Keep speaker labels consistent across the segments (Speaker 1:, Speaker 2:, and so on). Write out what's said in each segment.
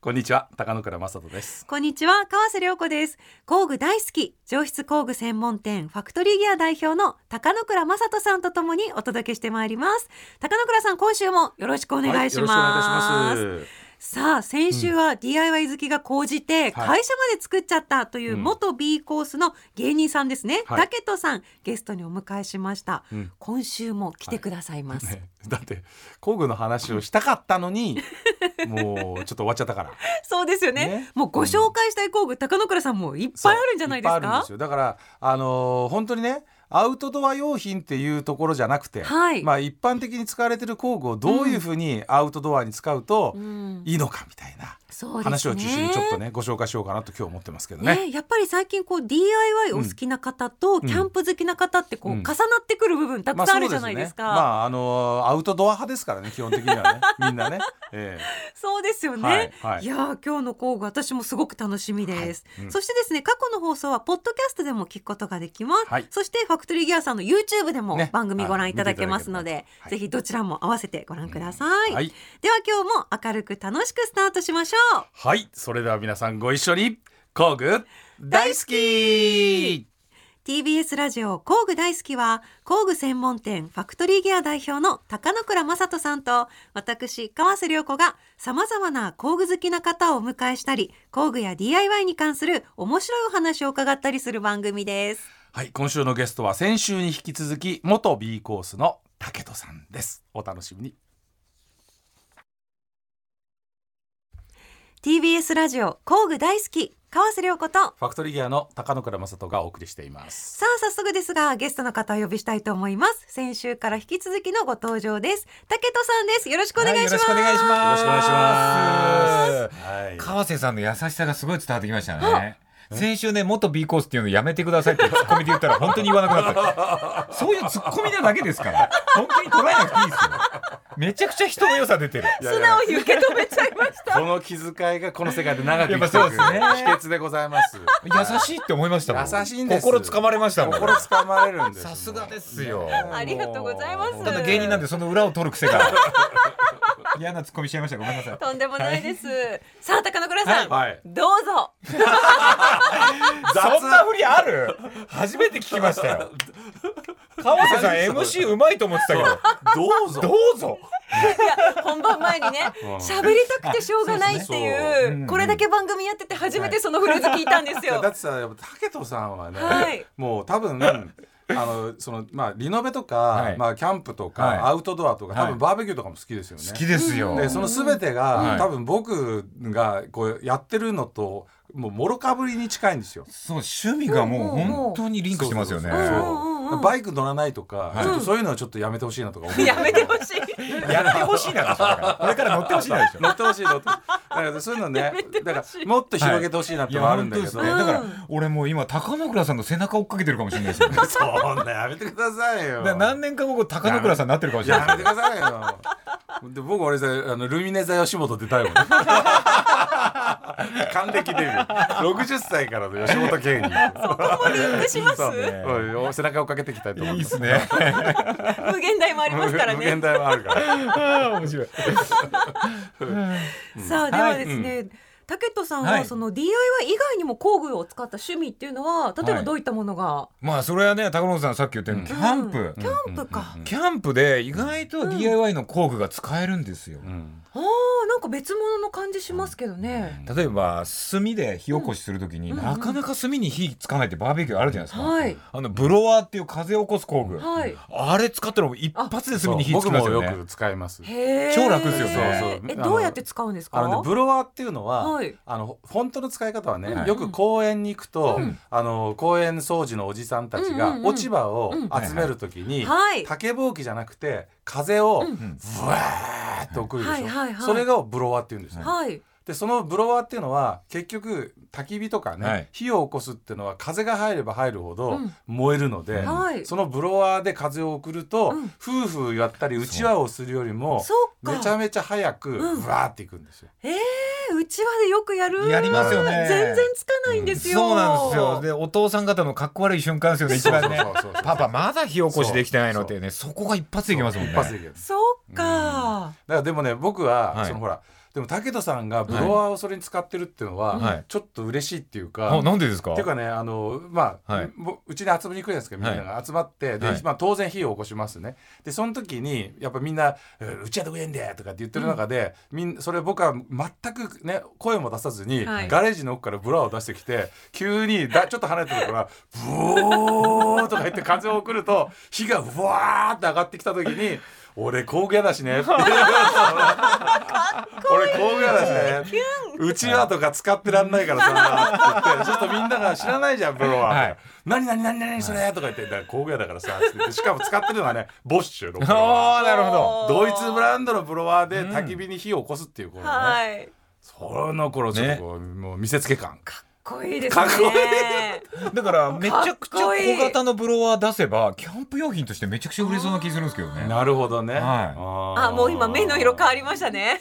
Speaker 1: こんにちは高野倉正人です
Speaker 2: こんにちは川瀬良子です工具大好き上質工具専門店ファクトリーギア代表の高野倉正人さんとともにお届けしてまいります高野倉さん今週もよろしくお願いします、
Speaker 1: はいよろしくお願いいたし
Speaker 2: さあ先週は DIY 好きが高じて
Speaker 1: はい
Speaker 2: 会社まで作っちゃったという元 B コースの芸人さんですね、
Speaker 1: はい
Speaker 2: タケトさんゲストにお迎えしました、
Speaker 1: うん
Speaker 2: 今週も来てくださいます、
Speaker 1: ます、ねだって工具の話をしたかったのにもうちょっと終わっちゃったから
Speaker 2: そうですよね
Speaker 1: ね
Speaker 2: もうご紹介したい工具、高野倉さんもいっぱいあるんじゃないです
Speaker 1: そうっぱいあるん
Speaker 2: か
Speaker 1: ですよだからあのー本当にねアウトドア用品っていうところじゃなくて、
Speaker 2: はい
Speaker 1: まあ一般的に使われてる工具をどういうふうにアウトドアに使うと
Speaker 2: うん
Speaker 1: いいのかみたいな
Speaker 2: そうですね
Speaker 1: 話を中心にちょっとねご紹介しようかなと今日思ってますけどね。
Speaker 2: ねやっぱり最近こう DIY お好きな方と
Speaker 1: ん
Speaker 2: キャンプ好きな方ってこう
Speaker 1: うん
Speaker 2: 重なってくる部分たくさんあるじゃないですか、
Speaker 1: まあそうねまああのーアウトドア派ですから ね基本的にはねみんなね、え
Speaker 2: そうですよね。
Speaker 1: はい
Speaker 2: い
Speaker 1: はい
Speaker 2: やー今日の工具私もすごく楽しみです、
Speaker 1: はいうん
Speaker 2: そしてですね過去の放送はポッドキャストでも聞くことができます、
Speaker 1: はい
Speaker 2: そしてファクトリーギアさんの YouTube でも
Speaker 1: ね
Speaker 2: 番組ご
Speaker 1: は
Speaker 2: 覧
Speaker 1: い
Speaker 2: いただけますので、
Speaker 1: 見ていただければはい
Speaker 2: ぜひどちらも合わせてご覧ください、
Speaker 1: えはい
Speaker 2: では今日も明るく楽しくスタートしましょう
Speaker 1: はいそれでは皆さんご一緒に工具大好き
Speaker 2: TBS ラジオ工具大好きは工具専門店ファクトリーギア代表の高野倉正人さんと私川瀬良子がさまざまな工具好きな方をお迎えしたり工具や DIY に関する面白いお話を伺ったりする番組です。
Speaker 1: はい今週のゲストは先週に引き続き元 B コースの武人さんですお楽しみに
Speaker 2: TBS ラジオ工具大好き川瀬良子と
Speaker 1: ファクトリーギアの高野倉正人がお送りしています
Speaker 2: さあ早速ですがゲストの方をお呼びしたいと思います先週から引き続きのご登場です竹人さんですよろしくお願いします、
Speaker 3: はいよろしくお願いします
Speaker 1: よろしくお願いしますはい
Speaker 3: 川瀬さんの優しさがすごい伝わってきましたね。先週ね、元 B コースっていうのやめてくださいってツッコミで言ったら本当に言わなくなった。そういうツッコミなだけですから。本当に捉えなくていいですよ。めちゃくちゃ人の良さ出てる。
Speaker 1: いや
Speaker 2: 素
Speaker 1: いや
Speaker 2: 直に受け止めちゃいました
Speaker 1: この気遣いがこの世界で長く生きて
Speaker 3: やっ
Speaker 1: いく
Speaker 3: ぱそうですね
Speaker 1: 秘訣でございます
Speaker 3: 優しいって思いましたもん。
Speaker 1: 優しいんです
Speaker 3: 心掴まれましたもん。
Speaker 1: 心掴まれる んです
Speaker 3: さすがですよ
Speaker 1: ねえ
Speaker 2: ありがとうございます
Speaker 1: もう
Speaker 3: ただ芸人なんでその裏を取る癖が。嫌なツッコミしちゃいました。ごめんなさい。
Speaker 2: とんでもないです。さあ、高野倉さん、
Speaker 1: はいはい
Speaker 2: どうぞ。
Speaker 1: 雑
Speaker 3: そんなふりある初めて聞きましたよ。川瀬さん MC うまいと思ってたけど。
Speaker 1: どうぞ
Speaker 3: どうぞ
Speaker 2: いや、本番前にね
Speaker 1: ん、
Speaker 2: 喋りたくてしょうがないって
Speaker 1: あ
Speaker 2: いう、これだけ番組やってて、初めてそのフレーズ聞いたんですよ。
Speaker 1: だってさやっぱ武人さんはね、
Speaker 2: はい
Speaker 1: もう多分あのそのまあリノベとか、
Speaker 3: はい
Speaker 1: まあキャンプとか、
Speaker 3: はい
Speaker 1: アウトドアとか多
Speaker 3: は
Speaker 1: 分
Speaker 3: い
Speaker 1: バーベキューとかも好きですよね。
Speaker 3: 好きですよ。
Speaker 1: でその全てが、
Speaker 3: はい
Speaker 1: 多分僕がこうやってるのともうもろかぶりに近いんですよ。
Speaker 3: そう趣味がもう
Speaker 2: うんうんうん
Speaker 3: 本当にリンクしてますよね。
Speaker 1: そうそうそう
Speaker 2: うんうんうん
Speaker 1: バイク乗らないとか、
Speaker 3: い
Speaker 1: ちょっとそういうのはちょっとやめてほしいなとか思う。
Speaker 2: やめてほしい。
Speaker 3: やってほしいなでしょだ からこれから乗ってほしいなでしょ。
Speaker 1: 乗ってほしい乗ってほしいだからそういうのねだからもっと広げてほしいなってのはあるんだけど、
Speaker 3: いや本当ですねだから俺もう今高野倉さんの背中追っかけてるかもしれない ですよね。だか
Speaker 1: そんなやめてくださいよ。
Speaker 3: ら何年か後高野倉さんになってるかもしれ
Speaker 1: や
Speaker 3: な
Speaker 1: めて
Speaker 3: いで
Speaker 1: くださいよ。で僕俺さあのルミネ座吉本出たいもん。還暦デビュー。六十歳からの吉本芸人。
Speaker 2: もうリンクします。
Speaker 1: そうおい背中をかけていきたいと
Speaker 3: すよ。
Speaker 1: 思
Speaker 3: い
Speaker 1: い
Speaker 3: い
Speaker 1: ま。
Speaker 3: ですすね。
Speaker 2: 無限大もありますから
Speaker 1: 無
Speaker 2: ね。
Speaker 1: 限大はあるから。
Speaker 3: あー面白い。
Speaker 2: さあ、ではですね。竹人さん
Speaker 3: は
Speaker 2: はいその DIY 以外にも工具を使った趣味っていうのは例えばどういったものが
Speaker 3: まあそれはね高野倉さんさっき言ったようにキャンプ
Speaker 2: キ。ャンプか
Speaker 3: キャンプで意外と DIY の工具が使えるんですよ。
Speaker 1: うん
Speaker 2: あーなんか別物の感じしますけどね
Speaker 3: 例えば炭で火起こしするときに、
Speaker 2: うんうん
Speaker 3: なかなか炭に火つかないってバーベキューあるじゃないですか、
Speaker 2: はい
Speaker 3: あのブロワーっていう風を起こす工具、
Speaker 2: はい
Speaker 3: あれ使ったらもう一発で炭に火つ
Speaker 1: 僕
Speaker 3: きま
Speaker 1: も
Speaker 3: すよ
Speaker 1: よ
Speaker 3: ね
Speaker 1: く使います。
Speaker 2: へー
Speaker 3: 超楽ですよね
Speaker 1: そうそう
Speaker 2: えどうやって使うんですか
Speaker 1: あのねブロワーっていうのは、
Speaker 2: はい
Speaker 1: あの本当の使い方はね、
Speaker 3: はい
Speaker 1: よく公園に行くと、
Speaker 3: うん
Speaker 1: あの公園掃除のおじさんたち
Speaker 2: うんうん
Speaker 1: が
Speaker 2: うん
Speaker 1: 落ち葉を
Speaker 2: うん
Speaker 1: 集めるときに、
Speaker 2: はい
Speaker 1: 竹ぼうきじゃなくて風
Speaker 2: う
Speaker 1: を
Speaker 2: ん
Speaker 1: ブワーッと送るでしょ、
Speaker 2: はいはいはい
Speaker 1: それがブロワーって言うんですよ、
Speaker 2: はい
Speaker 1: でそのブロワーっていうのは結局焚き火とかね、
Speaker 3: はい
Speaker 1: 火を起こすっていうのは風が入れば入るほ
Speaker 2: う
Speaker 1: ど
Speaker 2: ん
Speaker 1: 燃えるので、
Speaker 2: はい
Speaker 1: そのブロワーで風を送ると、
Speaker 2: うん
Speaker 1: 夫婦やったりうちわをするよりも
Speaker 2: そうか
Speaker 1: めちゃめちゃ早く
Speaker 2: うん
Speaker 1: ブワーっていくんですよ。
Speaker 2: ええうちわでよくやる
Speaker 3: やりますよね
Speaker 2: 全然つかないんですよ、
Speaker 3: そうなんですよでお父さん方のかっこ悪い瞬間ですよね一番ね
Speaker 1: そうそうそうそう
Speaker 3: パパまだ火起こしできてないのってねそこが一発でいきますもんね
Speaker 1: 一発でいける
Speaker 2: そうか、
Speaker 1: だからでもね僕は、
Speaker 3: はい
Speaker 1: そのほらでも武田さんがブロワーをそれに使ってるっていうのは、
Speaker 3: はい
Speaker 1: ちょっと嬉しいっていうか。
Speaker 3: あなんでですか
Speaker 1: っていうかねあのまあ、
Speaker 3: はい
Speaker 1: ぼうちに集まりに来るじゃないですかみんなが集まって、で
Speaker 3: はい
Speaker 1: まあ、当然火を起こしますねでその時にやっぱみんなえー「うちはどこやんだよ」とかって言ってる中で、みんそれ僕は全くね声も出さずに、
Speaker 2: はい
Speaker 1: ガレージの奥からブラを出してきて急にだちょっと離れてるから「ブオー」とか言って風を送ると火がうわーって上がってきた時に「俺工具屋だしね」って 俺工具屋だしね」うちわとか使ってらんないからさ」って言ってそうするとみんなが「知らないじゃんブロワー」と
Speaker 3: はい
Speaker 1: か「何何何何それ」とか言って「だから工具屋だからさ」って言ってしかも使ってるのはねボッシュのブロワ
Speaker 3: あーなるほど
Speaker 1: ードイツブランドのブロワーで焚き火に火を起こすっていうこのね、
Speaker 2: はい
Speaker 1: その頃ちょっとこう、もう見せつけ感
Speaker 2: かっこいいですね
Speaker 1: かっこいい
Speaker 3: だからめちゃくちゃ
Speaker 2: かっこいい
Speaker 3: 小型のブロワー出せばキャンプ用品としてめちゃくちゃ売れそうな気するんですけどね。
Speaker 1: なるほどね、
Speaker 3: はい
Speaker 2: あもう今目の色変わりましたね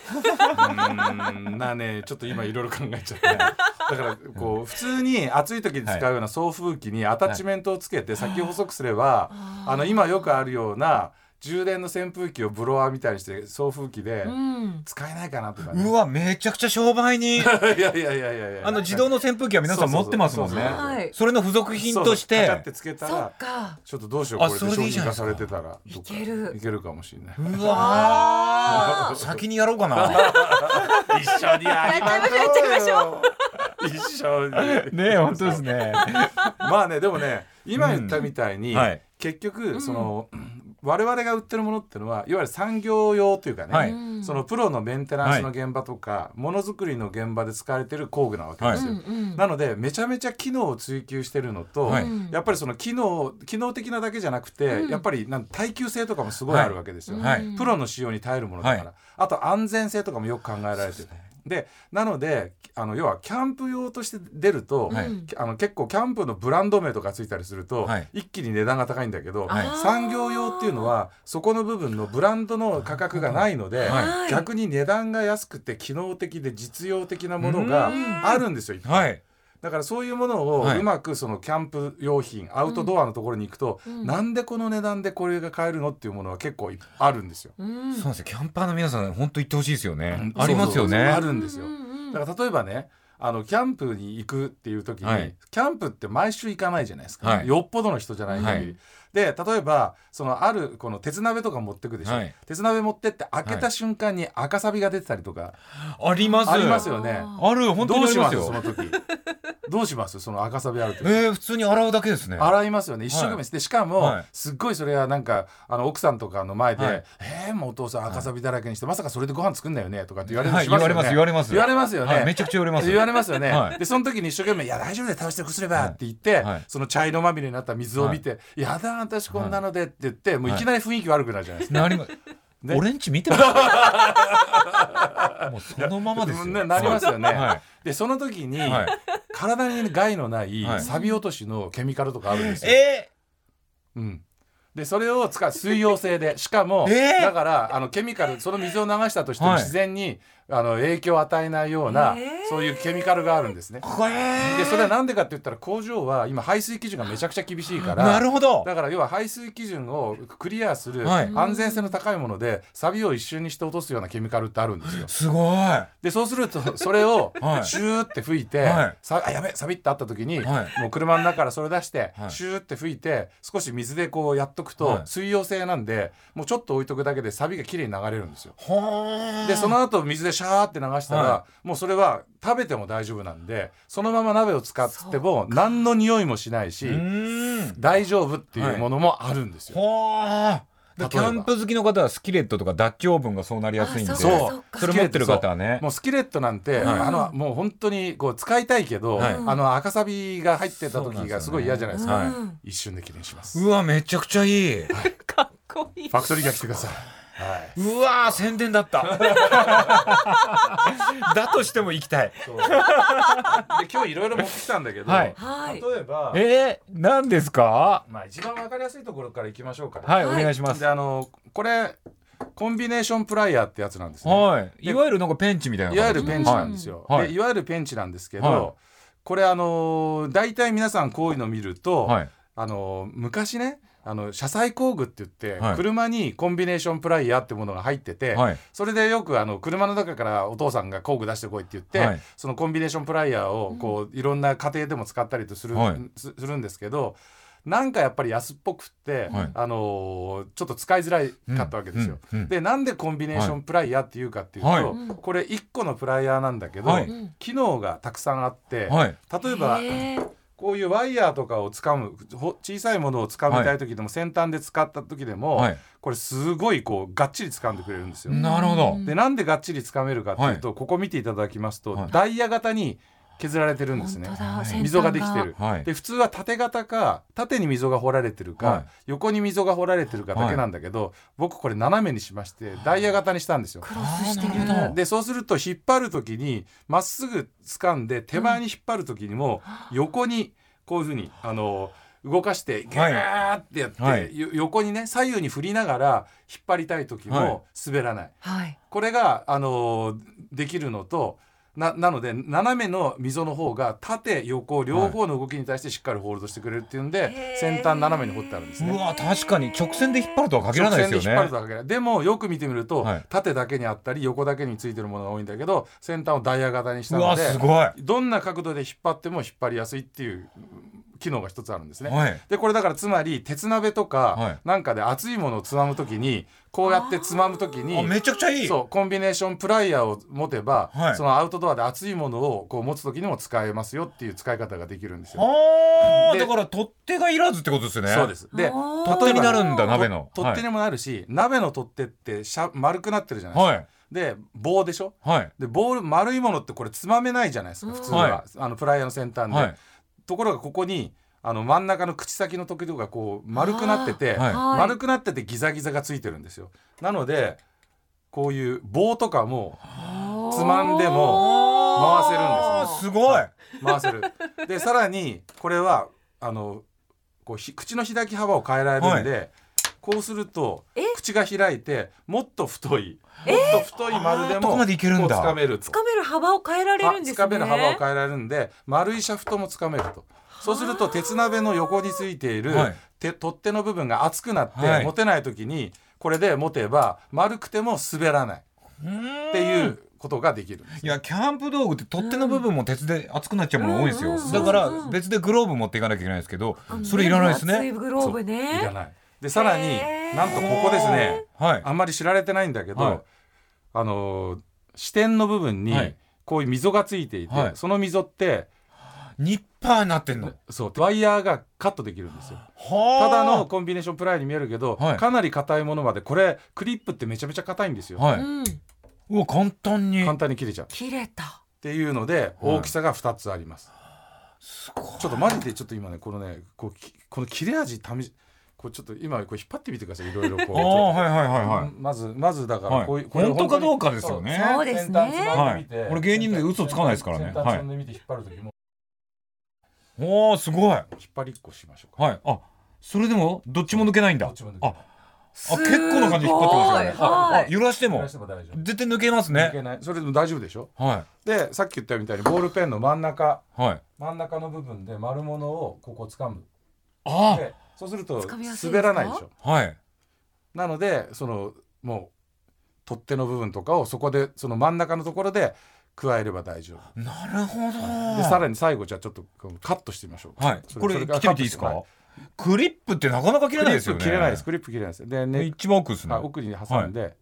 Speaker 1: うんなあねちょっと今いろいろ考えちゃってだからこう普通に暑い時に使うような送風機にアタッチメントをつけて先を細くすればあの今よくあるような充電の扇風機をブロワーみたいにして送風機で
Speaker 2: うん
Speaker 1: 使えないかなとかね
Speaker 3: うわめちゃくちゃ商売に
Speaker 1: いやいやいやいやいや
Speaker 3: あの自動の扇風機は皆さん持ってますもん
Speaker 1: そうそうそう
Speaker 2: は
Speaker 3: ね。
Speaker 2: い
Speaker 3: それの付属品とし
Speaker 1: そうそう
Speaker 3: て
Speaker 1: カチャってつけた
Speaker 2: そ
Speaker 1: ら
Speaker 2: っか
Speaker 1: ちょっとどうしよう
Speaker 3: あ
Speaker 1: これで
Speaker 3: それ
Speaker 1: 商
Speaker 3: でいいじ
Speaker 1: 品
Speaker 3: ゃな
Speaker 1: 化
Speaker 3: いで
Speaker 1: さ
Speaker 3: すか
Speaker 1: れてたらどっか
Speaker 2: いける
Speaker 1: いけるかもしれないう
Speaker 2: あー
Speaker 3: わー先にやろう かな。
Speaker 2: りましょうやっ
Speaker 1: 一緒にや
Speaker 2: ちゃいまし
Speaker 1: ょう 一緒に
Speaker 3: ね本当ですね。
Speaker 1: まあねでもね今言ったみたいに、
Speaker 3: うんはい
Speaker 1: 結
Speaker 2: ん
Speaker 1: 局その、我々が売ってるものってのはいわゆる産業用というかね、
Speaker 3: はい
Speaker 2: うん
Speaker 1: そのプロのメンテナンスの現場とかものづくりの現場で使われてる工具なわけですよ。
Speaker 2: うんうん
Speaker 1: なのでめちゃめちゃ機能を追求してるのと、
Speaker 3: はい
Speaker 2: うん
Speaker 1: やっぱりその機能機能的なだけじゃなくて、
Speaker 2: うん
Speaker 1: やっぱりなん耐久性とかもすごいあるわけですよ、
Speaker 3: はい
Speaker 2: うん
Speaker 1: プロの仕様に耐えるものだから、
Speaker 3: は
Speaker 1: あと安全性とかもよく考えられてる。でなのであの要はキャンプ用として出ると、
Speaker 3: はい
Speaker 2: うん
Speaker 1: あの結構キャンプのブランド名とかついたりすると、
Speaker 3: はい
Speaker 1: 一気に値段が高いんだけど、
Speaker 2: はい
Speaker 1: 産業用っていうのはそこの部分のブランドの価格がないので、
Speaker 2: はい
Speaker 1: 逆に値段が安くて機能的で実用的なものがあるんですよ、いっぱい
Speaker 3: はい。
Speaker 1: だからそういうものを
Speaker 3: はいう
Speaker 1: まくそのキャンプ用品アウトドアのところに行くと、
Speaker 2: うん
Speaker 1: なんでこの値段でこれが買えるのっていうものは結構あるんですよ。
Speaker 2: うん
Speaker 3: そうなんですよキャンパーの皆さん本当行ってほしいですよね。
Speaker 1: うん
Speaker 3: あります
Speaker 1: そう
Speaker 3: よ
Speaker 1: そうそうあ
Speaker 3: ね。
Speaker 1: るんですよ
Speaker 2: う。んうん
Speaker 1: だから例えばねあのキャンプに行くっていう時に、
Speaker 3: はい
Speaker 1: キャンプって毎週行かないじゃないですか、
Speaker 3: はい
Speaker 1: よっぽどの人じゃない限り、
Speaker 3: はい
Speaker 1: で例えばそのあるこの鉄鍋とか持ってくでしょ、
Speaker 3: はい
Speaker 1: 鉄鍋持ってって開けた瞬間に赤サビが出てたりとか、
Speaker 3: あります。
Speaker 1: ありますよね
Speaker 2: あ
Speaker 3: ある本当
Speaker 1: どう
Speaker 3: にあり
Speaker 1: し
Speaker 3: ま
Speaker 1: ますすそ
Speaker 3: よ
Speaker 1: の。時 どうしますその赤サビある時、
Speaker 3: えー普通に洗うだけですね。
Speaker 1: 洗いますよね一生懸命
Speaker 3: は
Speaker 1: して、でしかも、
Speaker 3: はい
Speaker 1: すっごいそれはなんかあの奥さんとかの前で「
Speaker 3: はい
Speaker 1: えー、もうお父さん赤サビだらけにして、まさかそれでご飯作んなよね」とかって言われた
Speaker 3: は
Speaker 1: り
Speaker 3: い
Speaker 1: しま
Speaker 3: 言
Speaker 1: すよ
Speaker 3: わ
Speaker 1: ね
Speaker 3: れます言われます。
Speaker 1: 言われますよね
Speaker 3: はいめちゃくちゃ言われます。
Speaker 1: 言われますよね、
Speaker 3: はい
Speaker 1: でその時に一生懸命「いや大丈夫だよ倒してこすれば」
Speaker 3: はい
Speaker 1: って言って、
Speaker 3: はい
Speaker 1: その茶色まみれになった水を見て「やだ私こんなので」って言って、もういきなり雰囲気悪くなるじゃ ないですか。
Speaker 3: なりま、
Speaker 1: ね
Speaker 3: 俺んち見て ました。もうそのままですよ。
Speaker 1: ねなりますよね、
Speaker 3: は
Speaker 1: でその時に、
Speaker 3: い。はい。
Speaker 1: 体に害のない
Speaker 3: はい
Speaker 1: 錆落としのケミカルとかあるんですよ。
Speaker 3: え
Speaker 1: うん、でそれを使う水溶性でしかも、
Speaker 3: えー
Speaker 1: だからあのケミカルその水を流したとしても
Speaker 3: はい
Speaker 1: 自然に、あの影響を与えないような、
Speaker 2: えー
Speaker 1: そういうケミカルがあるんですね。
Speaker 3: これ
Speaker 1: でそれはなんでかって言ったら工場は今排水基準がめちゃくちゃ厳しいから
Speaker 3: なるほど。
Speaker 1: だから要は排水基準をクリアする
Speaker 3: はい
Speaker 1: 安全性の高いものでサビを一瞬にして落とすようなケミカルってあるんですよ。
Speaker 3: すごい。は
Speaker 1: でそうするとそれを
Speaker 3: はい
Speaker 1: シューって吹いて、
Speaker 3: はい
Speaker 1: さあやべサビってあった時に、
Speaker 3: はい
Speaker 1: もう車の中からそれ出して、
Speaker 3: はい
Speaker 1: シューって吹いて少し水でこうやっとくと、
Speaker 3: はい
Speaker 1: 水溶性なんでもうちょっと置いとくだけでサビがきれいに流れるんですよ。
Speaker 3: ー
Speaker 1: でその後水でシャーって流したら、
Speaker 3: は
Speaker 1: もうそれは食べても大丈夫なんでそのまま鍋を使っても何の匂いもしないうし
Speaker 3: ーん。
Speaker 1: 大丈夫っていうものもあるんですよ。
Speaker 3: ほー。
Speaker 1: 例えば
Speaker 3: でキャンプ好きの方はスキレットとかダッチオーブンがそうなりやすいんで
Speaker 2: あ
Speaker 1: そうかそう
Speaker 2: か
Speaker 3: れ持ってる方はね
Speaker 1: もうスキレットなんて、
Speaker 3: はい
Speaker 1: あのもう本当にこう使いたいけど、
Speaker 3: はい
Speaker 1: あの赤サビが入ってた
Speaker 3: そうなん
Speaker 1: 時
Speaker 3: ですよ
Speaker 1: が
Speaker 3: ね
Speaker 1: すごい嫌じゃないですか、
Speaker 3: はい
Speaker 2: うん
Speaker 1: 一瞬で綺麗にします、
Speaker 3: うわめちゃくちゃいい
Speaker 2: かっこいい
Speaker 1: ファクトリーが来てくださいはい。
Speaker 3: うわー宣伝だった だとしても行きたい
Speaker 1: そうで今日いろいろ持ってきたんだけど、
Speaker 3: はい
Speaker 2: はい。
Speaker 1: 例えば、
Speaker 3: えー、何ですか
Speaker 1: まあ一番わかりやすいところからいきましょうか、ね。
Speaker 3: はい、
Speaker 2: はい
Speaker 3: お願いします
Speaker 1: であのこれコンビネーションプライヤーってやつなんですね。
Speaker 3: はい
Speaker 1: で
Speaker 3: いわゆるなんかペンチみたいない
Speaker 1: わゆるペンチなんですよ。
Speaker 3: はい
Speaker 1: でいわゆるペンチなんですけど、
Speaker 3: はい
Speaker 1: これあのー大体皆さんこういうの見ると、
Speaker 3: はい
Speaker 1: あのー昔ねあの車載工具って言って、
Speaker 3: はい
Speaker 1: 車にコンビネーションプライヤーってものが入ってて、
Speaker 3: はい
Speaker 1: それでよくあの車の中からお父さんが工具出してこいって言って、
Speaker 3: はい
Speaker 1: そのコンビネーションプライヤーをこういろんな家庭でも使ったりとする,す、
Speaker 3: はい
Speaker 1: するんですけどなんかやっぱり安っぽくって、
Speaker 3: はい
Speaker 1: あのーちょっと使いづらいかったわけですよ。
Speaker 3: うんうんうん
Speaker 1: でなんでコンビネーションプライヤーっていうかっていうと、
Speaker 3: はい
Speaker 1: これ1個のプライヤーなんだけど、
Speaker 3: はい
Speaker 2: うん
Speaker 1: 機能がたくさんあって、
Speaker 3: はい
Speaker 1: 例えば
Speaker 2: へー
Speaker 1: こういうワイヤーとかを掴むほ小さいものを掴みたい時でも、先端で使った時でも、
Speaker 3: はい
Speaker 1: これすごいこうがっちり掴んでくれるんですよ。
Speaker 3: なるほど
Speaker 1: でなんでがっちり掴めるかっていうと、ここ見ていただきますと、
Speaker 3: はい
Speaker 1: ダイヤ型に削られてるんです
Speaker 2: 本
Speaker 1: ね
Speaker 2: 当。だ。先端
Speaker 1: 溝ができてる。
Speaker 3: はい
Speaker 1: で普通は縦型か縦に溝が掘られてるか、
Speaker 3: はい
Speaker 1: 横に溝が掘られてるかだけなんだけど、僕これ斜めにしましてダイヤ型にしたんですよ。
Speaker 2: クロスして
Speaker 3: あーなるほ
Speaker 2: る。
Speaker 1: でそうすると引っ張る時にまっすぐ掴んで手前に引っ張る時にも横にこういうふうにあの動かしてギャーってやって、
Speaker 3: はい
Speaker 1: よ横にね左右に振りながら引っ張りたい時
Speaker 3: はい
Speaker 1: も滑らない、
Speaker 2: はい。
Speaker 1: これがあのーできるのとななので斜めの溝の方が縦横両方の動きに対してしっかりホールドしてくれるっていうんで、
Speaker 2: へー
Speaker 1: 先端斜めに掘ってあるんです
Speaker 3: う
Speaker 1: ね。
Speaker 3: わ確かに直線で引っ張るとは限らないで
Speaker 1: 直線
Speaker 3: す
Speaker 1: で引っ張
Speaker 3: よ
Speaker 1: る
Speaker 3: ね
Speaker 1: とだけでもよく見てみると、
Speaker 3: はい
Speaker 1: 縦だけにあったり横だけについてるものが多いんだけど先端をダイヤ型にし
Speaker 3: う
Speaker 1: たの
Speaker 3: わ
Speaker 1: です
Speaker 3: ごいは
Speaker 1: どんな角度で引っ張っても引っ張りやすいっていううん機能が一つあるんですね。
Speaker 3: い
Speaker 1: でこれだからつまり鉄鍋と
Speaker 3: は
Speaker 1: か
Speaker 3: い
Speaker 1: なんかで熱いものをつまむときにこうやってつまむときに
Speaker 3: あめちゃくちゃいい
Speaker 1: そうコンビネーションプライヤーを持てば、
Speaker 3: はい
Speaker 1: そのアウトドアで熱いものをこう持つ時にも使えますよっていう使い方ができるんですよ。
Speaker 3: あー
Speaker 1: で
Speaker 3: だから取っ手がいらずってことですよね
Speaker 1: そうです。で
Speaker 2: おー
Speaker 1: 例えば
Speaker 3: 取っ手になるんだ鍋の
Speaker 1: と取っ手にもなるし、鍋の取っ手ってしゃ丸くなってるじゃないですか。
Speaker 3: はい
Speaker 1: で棒でしょ。
Speaker 3: はい
Speaker 1: でボール丸いものってこれつまめないじゃないですか普通は、
Speaker 3: は
Speaker 1: あのプライヤーの先端で、
Speaker 3: はい
Speaker 1: ところがここにあの真ん中の口先の時とかこう丸くなってて、
Speaker 3: あーはい
Speaker 1: 丸くなっててギザギザがついてるんですよなのでこういう棒とかもつまんでも回せるんですね
Speaker 3: あーすごい
Speaker 1: 回せるでさらにこれはあのこうひ口の開き幅を変えられるんで、こうすると口が開いてもっと太いもっと太い丸で
Speaker 3: あーどこ
Speaker 1: も
Speaker 3: までいけるんだ
Speaker 1: こう掴めると
Speaker 2: つかめる幅を変えられるんですね。
Speaker 1: あ掴める幅を変えられるんで丸いシャフトもつかめるとそうすると鉄鍋の横についている、
Speaker 3: はい
Speaker 1: 手取っ手の部分が厚くなって、
Speaker 3: はい
Speaker 1: 持てない時にこれで持てば丸くても滑らないっていうことができるんです
Speaker 3: いやキャンプ道具って取っ手の部分も鉄で熱くなっちゃうもの多いんです
Speaker 2: う
Speaker 3: よ、
Speaker 2: んうんうん
Speaker 3: だから別でグローブ持っていかなきゃいけないんですけど、
Speaker 2: あの
Speaker 3: それいらないです
Speaker 2: 熱い
Speaker 3: ね
Speaker 2: グローブね。
Speaker 1: いらないでさらに
Speaker 2: へー
Speaker 1: なんとここですね
Speaker 3: はい
Speaker 1: あんまり知られてないんだけど、
Speaker 3: はい
Speaker 1: あのー支点の部分に
Speaker 3: はい
Speaker 1: こういう溝がついていて、
Speaker 3: はい
Speaker 1: その溝って
Speaker 3: ニッパーになってんの
Speaker 1: そうワイヤーがカットできるんですよた
Speaker 3: た
Speaker 1: だのコンビネーションプライヤーに見えるけど、
Speaker 3: はい
Speaker 1: かなり硬いものまでこれクリップってめちゃめちゃ硬いんですよ、
Speaker 3: はい、
Speaker 2: うん。
Speaker 3: うわ簡単に
Speaker 1: 簡単に切れちゃうっ
Speaker 2: 切れた。
Speaker 1: ていうので大きさが2つあります、ちょっとマジでちょっと今ねこのねこうきこの切れ味試しこうちょっと今こう引っ張ってみてくださいいろいろこ う
Speaker 3: ああはいはいはいはい、
Speaker 1: まずまずだから
Speaker 3: はい
Speaker 1: こういう、
Speaker 3: 本当かどうかですよね
Speaker 2: そうですね
Speaker 3: はい俺芸人で嘘つかないですからね
Speaker 1: 先端つまんでみて引っ張る時も
Speaker 3: おおすごいはい
Speaker 1: 引っ張りっこしましょうか。
Speaker 3: あそれでもどっちも抜けないんだ
Speaker 1: どっちも抜けない
Speaker 3: ああ結構な感じで引っ張ってますよね
Speaker 2: すごい
Speaker 3: あ
Speaker 2: はい
Speaker 3: あ揺らして
Speaker 1: 揺
Speaker 3: も
Speaker 1: らしても大丈夫。
Speaker 3: 絶対抜けます
Speaker 1: 抜
Speaker 3: ね
Speaker 1: けない。それでも大丈夫でしょ。
Speaker 3: は
Speaker 1: で、さっき言ったみたいにボールペンの真ん中、
Speaker 3: いはい
Speaker 1: 真ん中の部分で丸物をここ掴む。
Speaker 3: あ
Speaker 1: で、そうすると
Speaker 2: 掴みやすいですか
Speaker 1: 滑らないでしょ。
Speaker 3: あはい
Speaker 1: なので、そのもう取っ手の部分とかをそこでその真ん中のところで加えれば大丈夫。
Speaker 3: なるほど
Speaker 1: で、さらに最後じゃあちょっとカットしてみましょうか。
Speaker 3: はい
Speaker 1: そ
Speaker 3: これ
Speaker 1: そ
Speaker 3: 切っ
Speaker 1: から
Speaker 3: てみていいです
Speaker 1: カッ
Speaker 3: か
Speaker 1: トし
Speaker 3: クリップってなかなか
Speaker 1: て
Speaker 3: 切れ
Speaker 1: も
Speaker 3: な
Speaker 1: ら
Speaker 3: い
Speaker 1: い
Speaker 3: ですよね
Speaker 1: クリップ切れないです。クリップ切れないです。で、ね、
Speaker 3: 一番奥ですね
Speaker 1: あ奥に挟んで、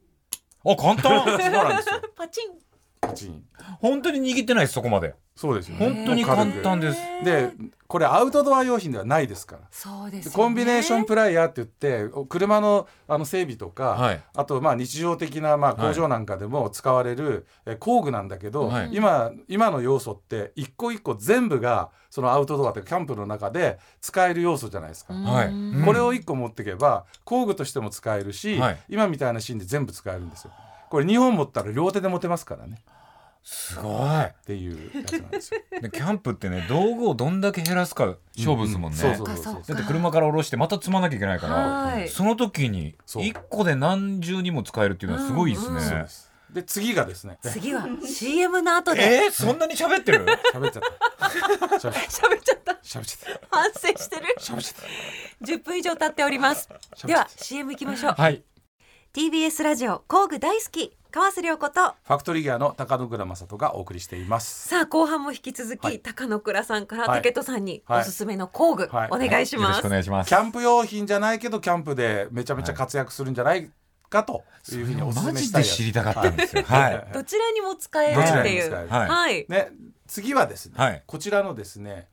Speaker 3: あ簡単
Speaker 1: そうなんですよ。
Speaker 2: パチン。
Speaker 1: パチン
Speaker 3: 本当に握ってないですそこまで
Speaker 1: そうですよね
Speaker 3: 本当に簡単です
Speaker 1: でこれアウトドア用品ではないですから
Speaker 2: そうですよね
Speaker 1: コンビネーションプライヤーって言って車のあの整備とか、
Speaker 3: はい
Speaker 1: あとまあ日常的なまあ工場なんかでも使われるえ工具なんだけど、
Speaker 3: はい
Speaker 1: 今今の要素って一個一個全部がそのアウトドアってキャンプの中で使える要素じゃないですか。
Speaker 2: うん
Speaker 3: はい
Speaker 2: うん
Speaker 1: これを一個持ってけば工具としても使えるし、
Speaker 3: はい
Speaker 1: 今みたいなシーンで全部使えるんですよ。これ2本持ったら両手で持てますからね
Speaker 3: すごい
Speaker 1: っていうやつなんですよ。
Speaker 3: でキャンプってね道具をどんだけ減らすか勝負ですもんね、
Speaker 1: そうそう
Speaker 2: か
Speaker 1: そ
Speaker 2: そ
Speaker 1: うそうう
Speaker 2: か
Speaker 3: だって車から下ろしてまた積まなきゃいけないから
Speaker 2: はい
Speaker 3: その時に
Speaker 1: そう
Speaker 3: 1個で何重にも使えるっていうのはすごいですね、
Speaker 2: うん
Speaker 1: そうです。で次がですね。
Speaker 2: 次は CM の後で
Speaker 3: えー、そんなに喋ってる
Speaker 1: 喋っちゃった。喋っ
Speaker 2: 喋っちゃった
Speaker 1: 喋っちゃっ
Speaker 2: 反省してる
Speaker 1: た。喋っちゃった。
Speaker 2: 10分以上経っておりますでは CM 行きましょう
Speaker 3: はい
Speaker 2: TBS ラジオ工具大好き川瀬良子と
Speaker 1: ファクトリーギアの高野倉正人がお送りしています。
Speaker 2: さあ後半も引き続き、
Speaker 1: はい
Speaker 2: 高野倉さんから
Speaker 1: はい
Speaker 2: 竹人さんに
Speaker 1: はい
Speaker 2: おすすめの工具、
Speaker 1: はい
Speaker 2: お願いし
Speaker 3: よ
Speaker 2: ま
Speaker 3: ろ
Speaker 2: す、
Speaker 3: しくお願いします
Speaker 1: キャンプ用品じゃないけどキャンプでめちゃめちゃ活躍するんじゃないかというふうにお勧
Speaker 3: マ
Speaker 1: めし
Speaker 3: ジ
Speaker 1: たい
Speaker 3: で
Speaker 1: やつ
Speaker 3: 知りたかったんですよはい
Speaker 2: どちらにも使える
Speaker 1: どちら
Speaker 2: って
Speaker 1: に
Speaker 2: い
Speaker 1: も
Speaker 2: う
Speaker 1: 使える
Speaker 3: はい
Speaker 2: はい、
Speaker 1: ね次はですね、
Speaker 3: はい
Speaker 1: こちらのですね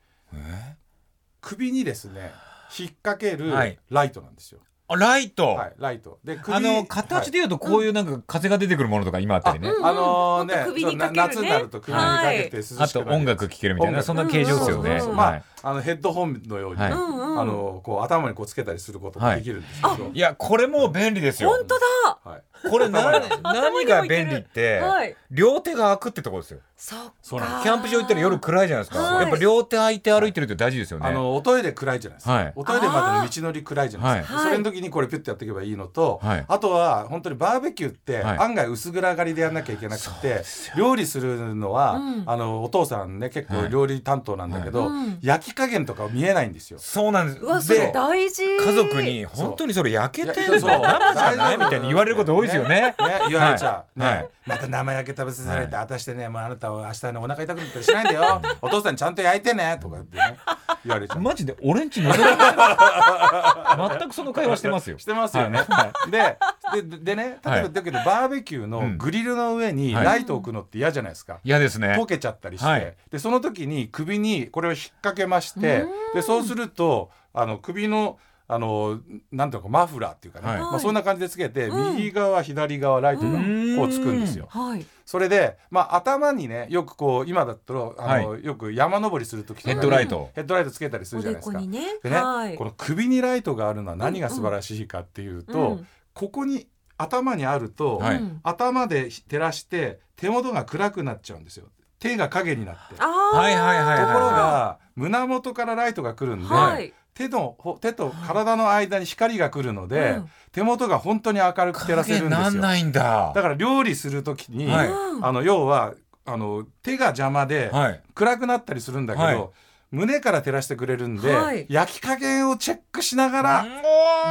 Speaker 1: 首にですね引っ掛ける
Speaker 3: はい
Speaker 1: ライトなんですよ。
Speaker 3: あライト、
Speaker 1: はい、ライトで首
Speaker 3: あの形で
Speaker 1: はい
Speaker 3: 言うとこういうなんか風が出てくるものとか今あったりね、
Speaker 2: うん
Speaker 1: あの
Speaker 2: もっ
Speaker 1: ね
Speaker 2: と首にかけるね
Speaker 1: そう夏になると首にかけて涼しくなる
Speaker 3: あと音楽聴けるみたい
Speaker 1: 音
Speaker 3: な
Speaker 1: 楽
Speaker 3: そんな形状ですよ
Speaker 2: うんうん
Speaker 3: ね、
Speaker 2: うんうん
Speaker 1: まあ、
Speaker 3: はい
Speaker 1: あのヘッドホンのように、
Speaker 3: はい
Speaker 2: うんうん
Speaker 1: あのこう頭にこうつけたりすることもできるんですけど、はい
Speaker 3: いやこれもう便利ですよ
Speaker 2: 本当だ
Speaker 1: はい、
Speaker 3: これな
Speaker 2: 頭
Speaker 3: 何
Speaker 2: に
Speaker 3: が
Speaker 2: 置いてる
Speaker 3: 便利って、
Speaker 2: はい
Speaker 3: 両手が開くってとこですよ
Speaker 2: そっか
Speaker 1: そうなん
Speaker 3: キャンプ場行ったら夜暗いじゃないですか、
Speaker 2: はい
Speaker 3: やっぱ両手開いて歩いてるって大事ですよね
Speaker 1: あのおトイレ暗いじゃないですか、
Speaker 3: はい
Speaker 1: おトイレまでの道のり暗いじゃないですか、
Speaker 2: はい
Speaker 1: それの時にこれピュッてやっていけばいいのと、
Speaker 3: はい
Speaker 1: あとは本当にバーベキューって
Speaker 3: はい
Speaker 1: 案外薄暗がりでやんなきゃいけなくて、料理するのは、
Speaker 2: うん
Speaker 1: あのお父さんね結構料理担当なんだけど、
Speaker 2: はいうん
Speaker 1: 焼き加減とか見えないんですよ。
Speaker 3: そうなんです
Speaker 2: うわそれ
Speaker 3: で
Speaker 2: 大事
Speaker 3: 家族に本当にそれ焼けてるの
Speaker 1: そう
Speaker 3: 生じゃないみたいに言われること多いですよね
Speaker 1: ね、言われちゃう、
Speaker 3: はい
Speaker 1: ね、
Speaker 3: はい
Speaker 1: また生焼け食べさせられて、あたしてね、もうあなたは明日ね、お腹痛くなったりしないんだよ。お父さんちゃんと焼いてねとかってね、言わ れちゃう。
Speaker 3: マジで俺んち覗か れてる全くその会話してますよ
Speaker 1: してますよね。で、で、でね、例えば
Speaker 3: はい
Speaker 1: だけど、バーベキューのグリルの上に
Speaker 3: はい
Speaker 1: ライト置くのって嫌じゃないですか。
Speaker 3: 嫌ですね
Speaker 1: 溶けちゃったりして、
Speaker 3: はい
Speaker 1: でその時に首にこれを引っ掛けましてでそうするとあの首のあのなんていうのかマフラーっていうかね、
Speaker 3: はい
Speaker 1: まあ、そんな感じでつけて、
Speaker 2: うん
Speaker 1: 右側左側ライトがこうつくんですよ。
Speaker 2: はい
Speaker 1: それで、まあ、頭にねよくこう今だとあの、よく山登りする時とかに
Speaker 3: ヘッドライト
Speaker 1: ヘッドライトつけたりす
Speaker 2: お
Speaker 1: るじゃ
Speaker 2: で
Speaker 1: ないです
Speaker 2: こ
Speaker 1: か。
Speaker 2: にね
Speaker 1: でね、
Speaker 2: はい
Speaker 1: この首にライトがあるのは何が素晴らしいかっていうと、
Speaker 2: うん
Speaker 1: ここに頭にあると、
Speaker 3: はい
Speaker 2: うん
Speaker 1: 頭で照らして手元が暗くなっちゃうんですよ手が影になって。とこ
Speaker 2: あー
Speaker 3: はいはいはい
Speaker 1: ろ
Speaker 3: はい
Speaker 1: が胸元からライトが来るんで、
Speaker 2: はい
Speaker 1: 手のほ手と体の間に光が来るので、
Speaker 2: うん
Speaker 1: 手元が本当に明るく照らせるんで
Speaker 3: な
Speaker 1: す
Speaker 3: ん
Speaker 1: よ。
Speaker 3: ないんだ
Speaker 1: だから料理する時に、
Speaker 3: はい
Speaker 2: うん
Speaker 1: あの要はあの手が邪魔で
Speaker 3: はい
Speaker 1: 暗くなったりするんだけど、
Speaker 3: はい
Speaker 1: 胸から照らしてくれるんで、
Speaker 2: はい
Speaker 1: 焼き加減をチェックしながら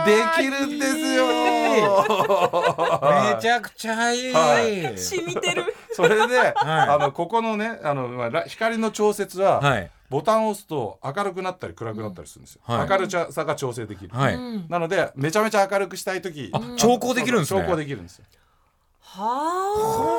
Speaker 1: できるんですよ。
Speaker 3: めちゃくちゃいい、
Speaker 1: は
Speaker 2: 染みてる
Speaker 1: それで、あのここのねあの、まあら、光の調節は、
Speaker 3: はい
Speaker 1: ボタンを押すと明るくなったり暗くなったりするんですよ。
Speaker 3: はい
Speaker 1: 明るさが調整できる。
Speaker 3: はい、
Speaker 2: うん
Speaker 1: なのでめちゃめちゃ明るくしたい時
Speaker 3: あ調光できるんですね
Speaker 1: 調光できるんですよ。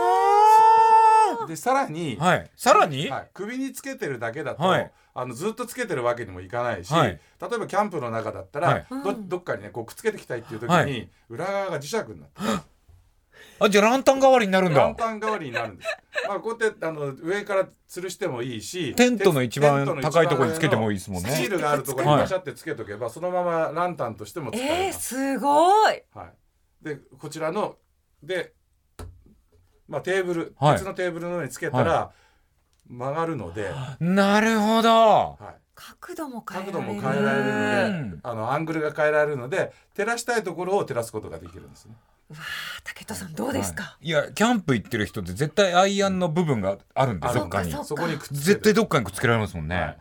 Speaker 2: はあ
Speaker 1: でさらに、
Speaker 3: はいさらに、
Speaker 1: はい、首につけてるだけだと、
Speaker 3: はい
Speaker 1: あのずっとつけてるわけにもいかないし、
Speaker 3: はい
Speaker 1: 例えばキャンプの中だったら、
Speaker 3: はい
Speaker 1: ど
Speaker 2: うん
Speaker 1: どっかにねこうくっつけてきたいっていう時に、
Speaker 3: はい
Speaker 1: 裏側が磁石になって
Speaker 3: あじゃあランタン代わりになるん
Speaker 1: ラン
Speaker 3: だ
Speaker 1: タン代わりにな るんです。まあこうやってあの上から吊るしてもいいし
Speaker 3: テントの一番
Speaker 1: テントの
Speaker 3: 高いところにつけてもいいですもん
Speaker 1: 一番上のスチ
Speaker 3: ね
Speaker 1: ールがあるところにパシャってつけとけば、そのままランタンとしても使え
Speaker 2: えー、
Speaker 1: ます。
Speaker 2: すごい
Speaker 1: はい、でこちらので、まあ、テーブル、
Speaker 3: はい
Speaker 1: 別のテーブルの上につけたら、曲がるので、は
Speaker 3: なるほど
Speaker 1: い、
Speaker 2: 角度も変え
Speaker 1: 角
Speaker 2: られ
Speaker 1: 度
Speaker 2: る
Speaker 1: も変えられるので、
Speaker 3: うん
Speaker 1: あのアングルが変えられるので照らしたいところを照らすことができるんですね。
Speaker 2: あ竹人さんどうですか、
Speaker 3: はい、いやキャンプ行ってる人って絶対アイアンの部分があるんで
Speaker 1: あ
Speaker 3: ど
Speaker 1: の
Speaker 3: っかに
Speaker 2: そっか
Speaker 1: そこにくっつけて
Speaker 3: 絶対どっかにくっつけられますもんね、
Speaker 1: はい
Speaker 2: は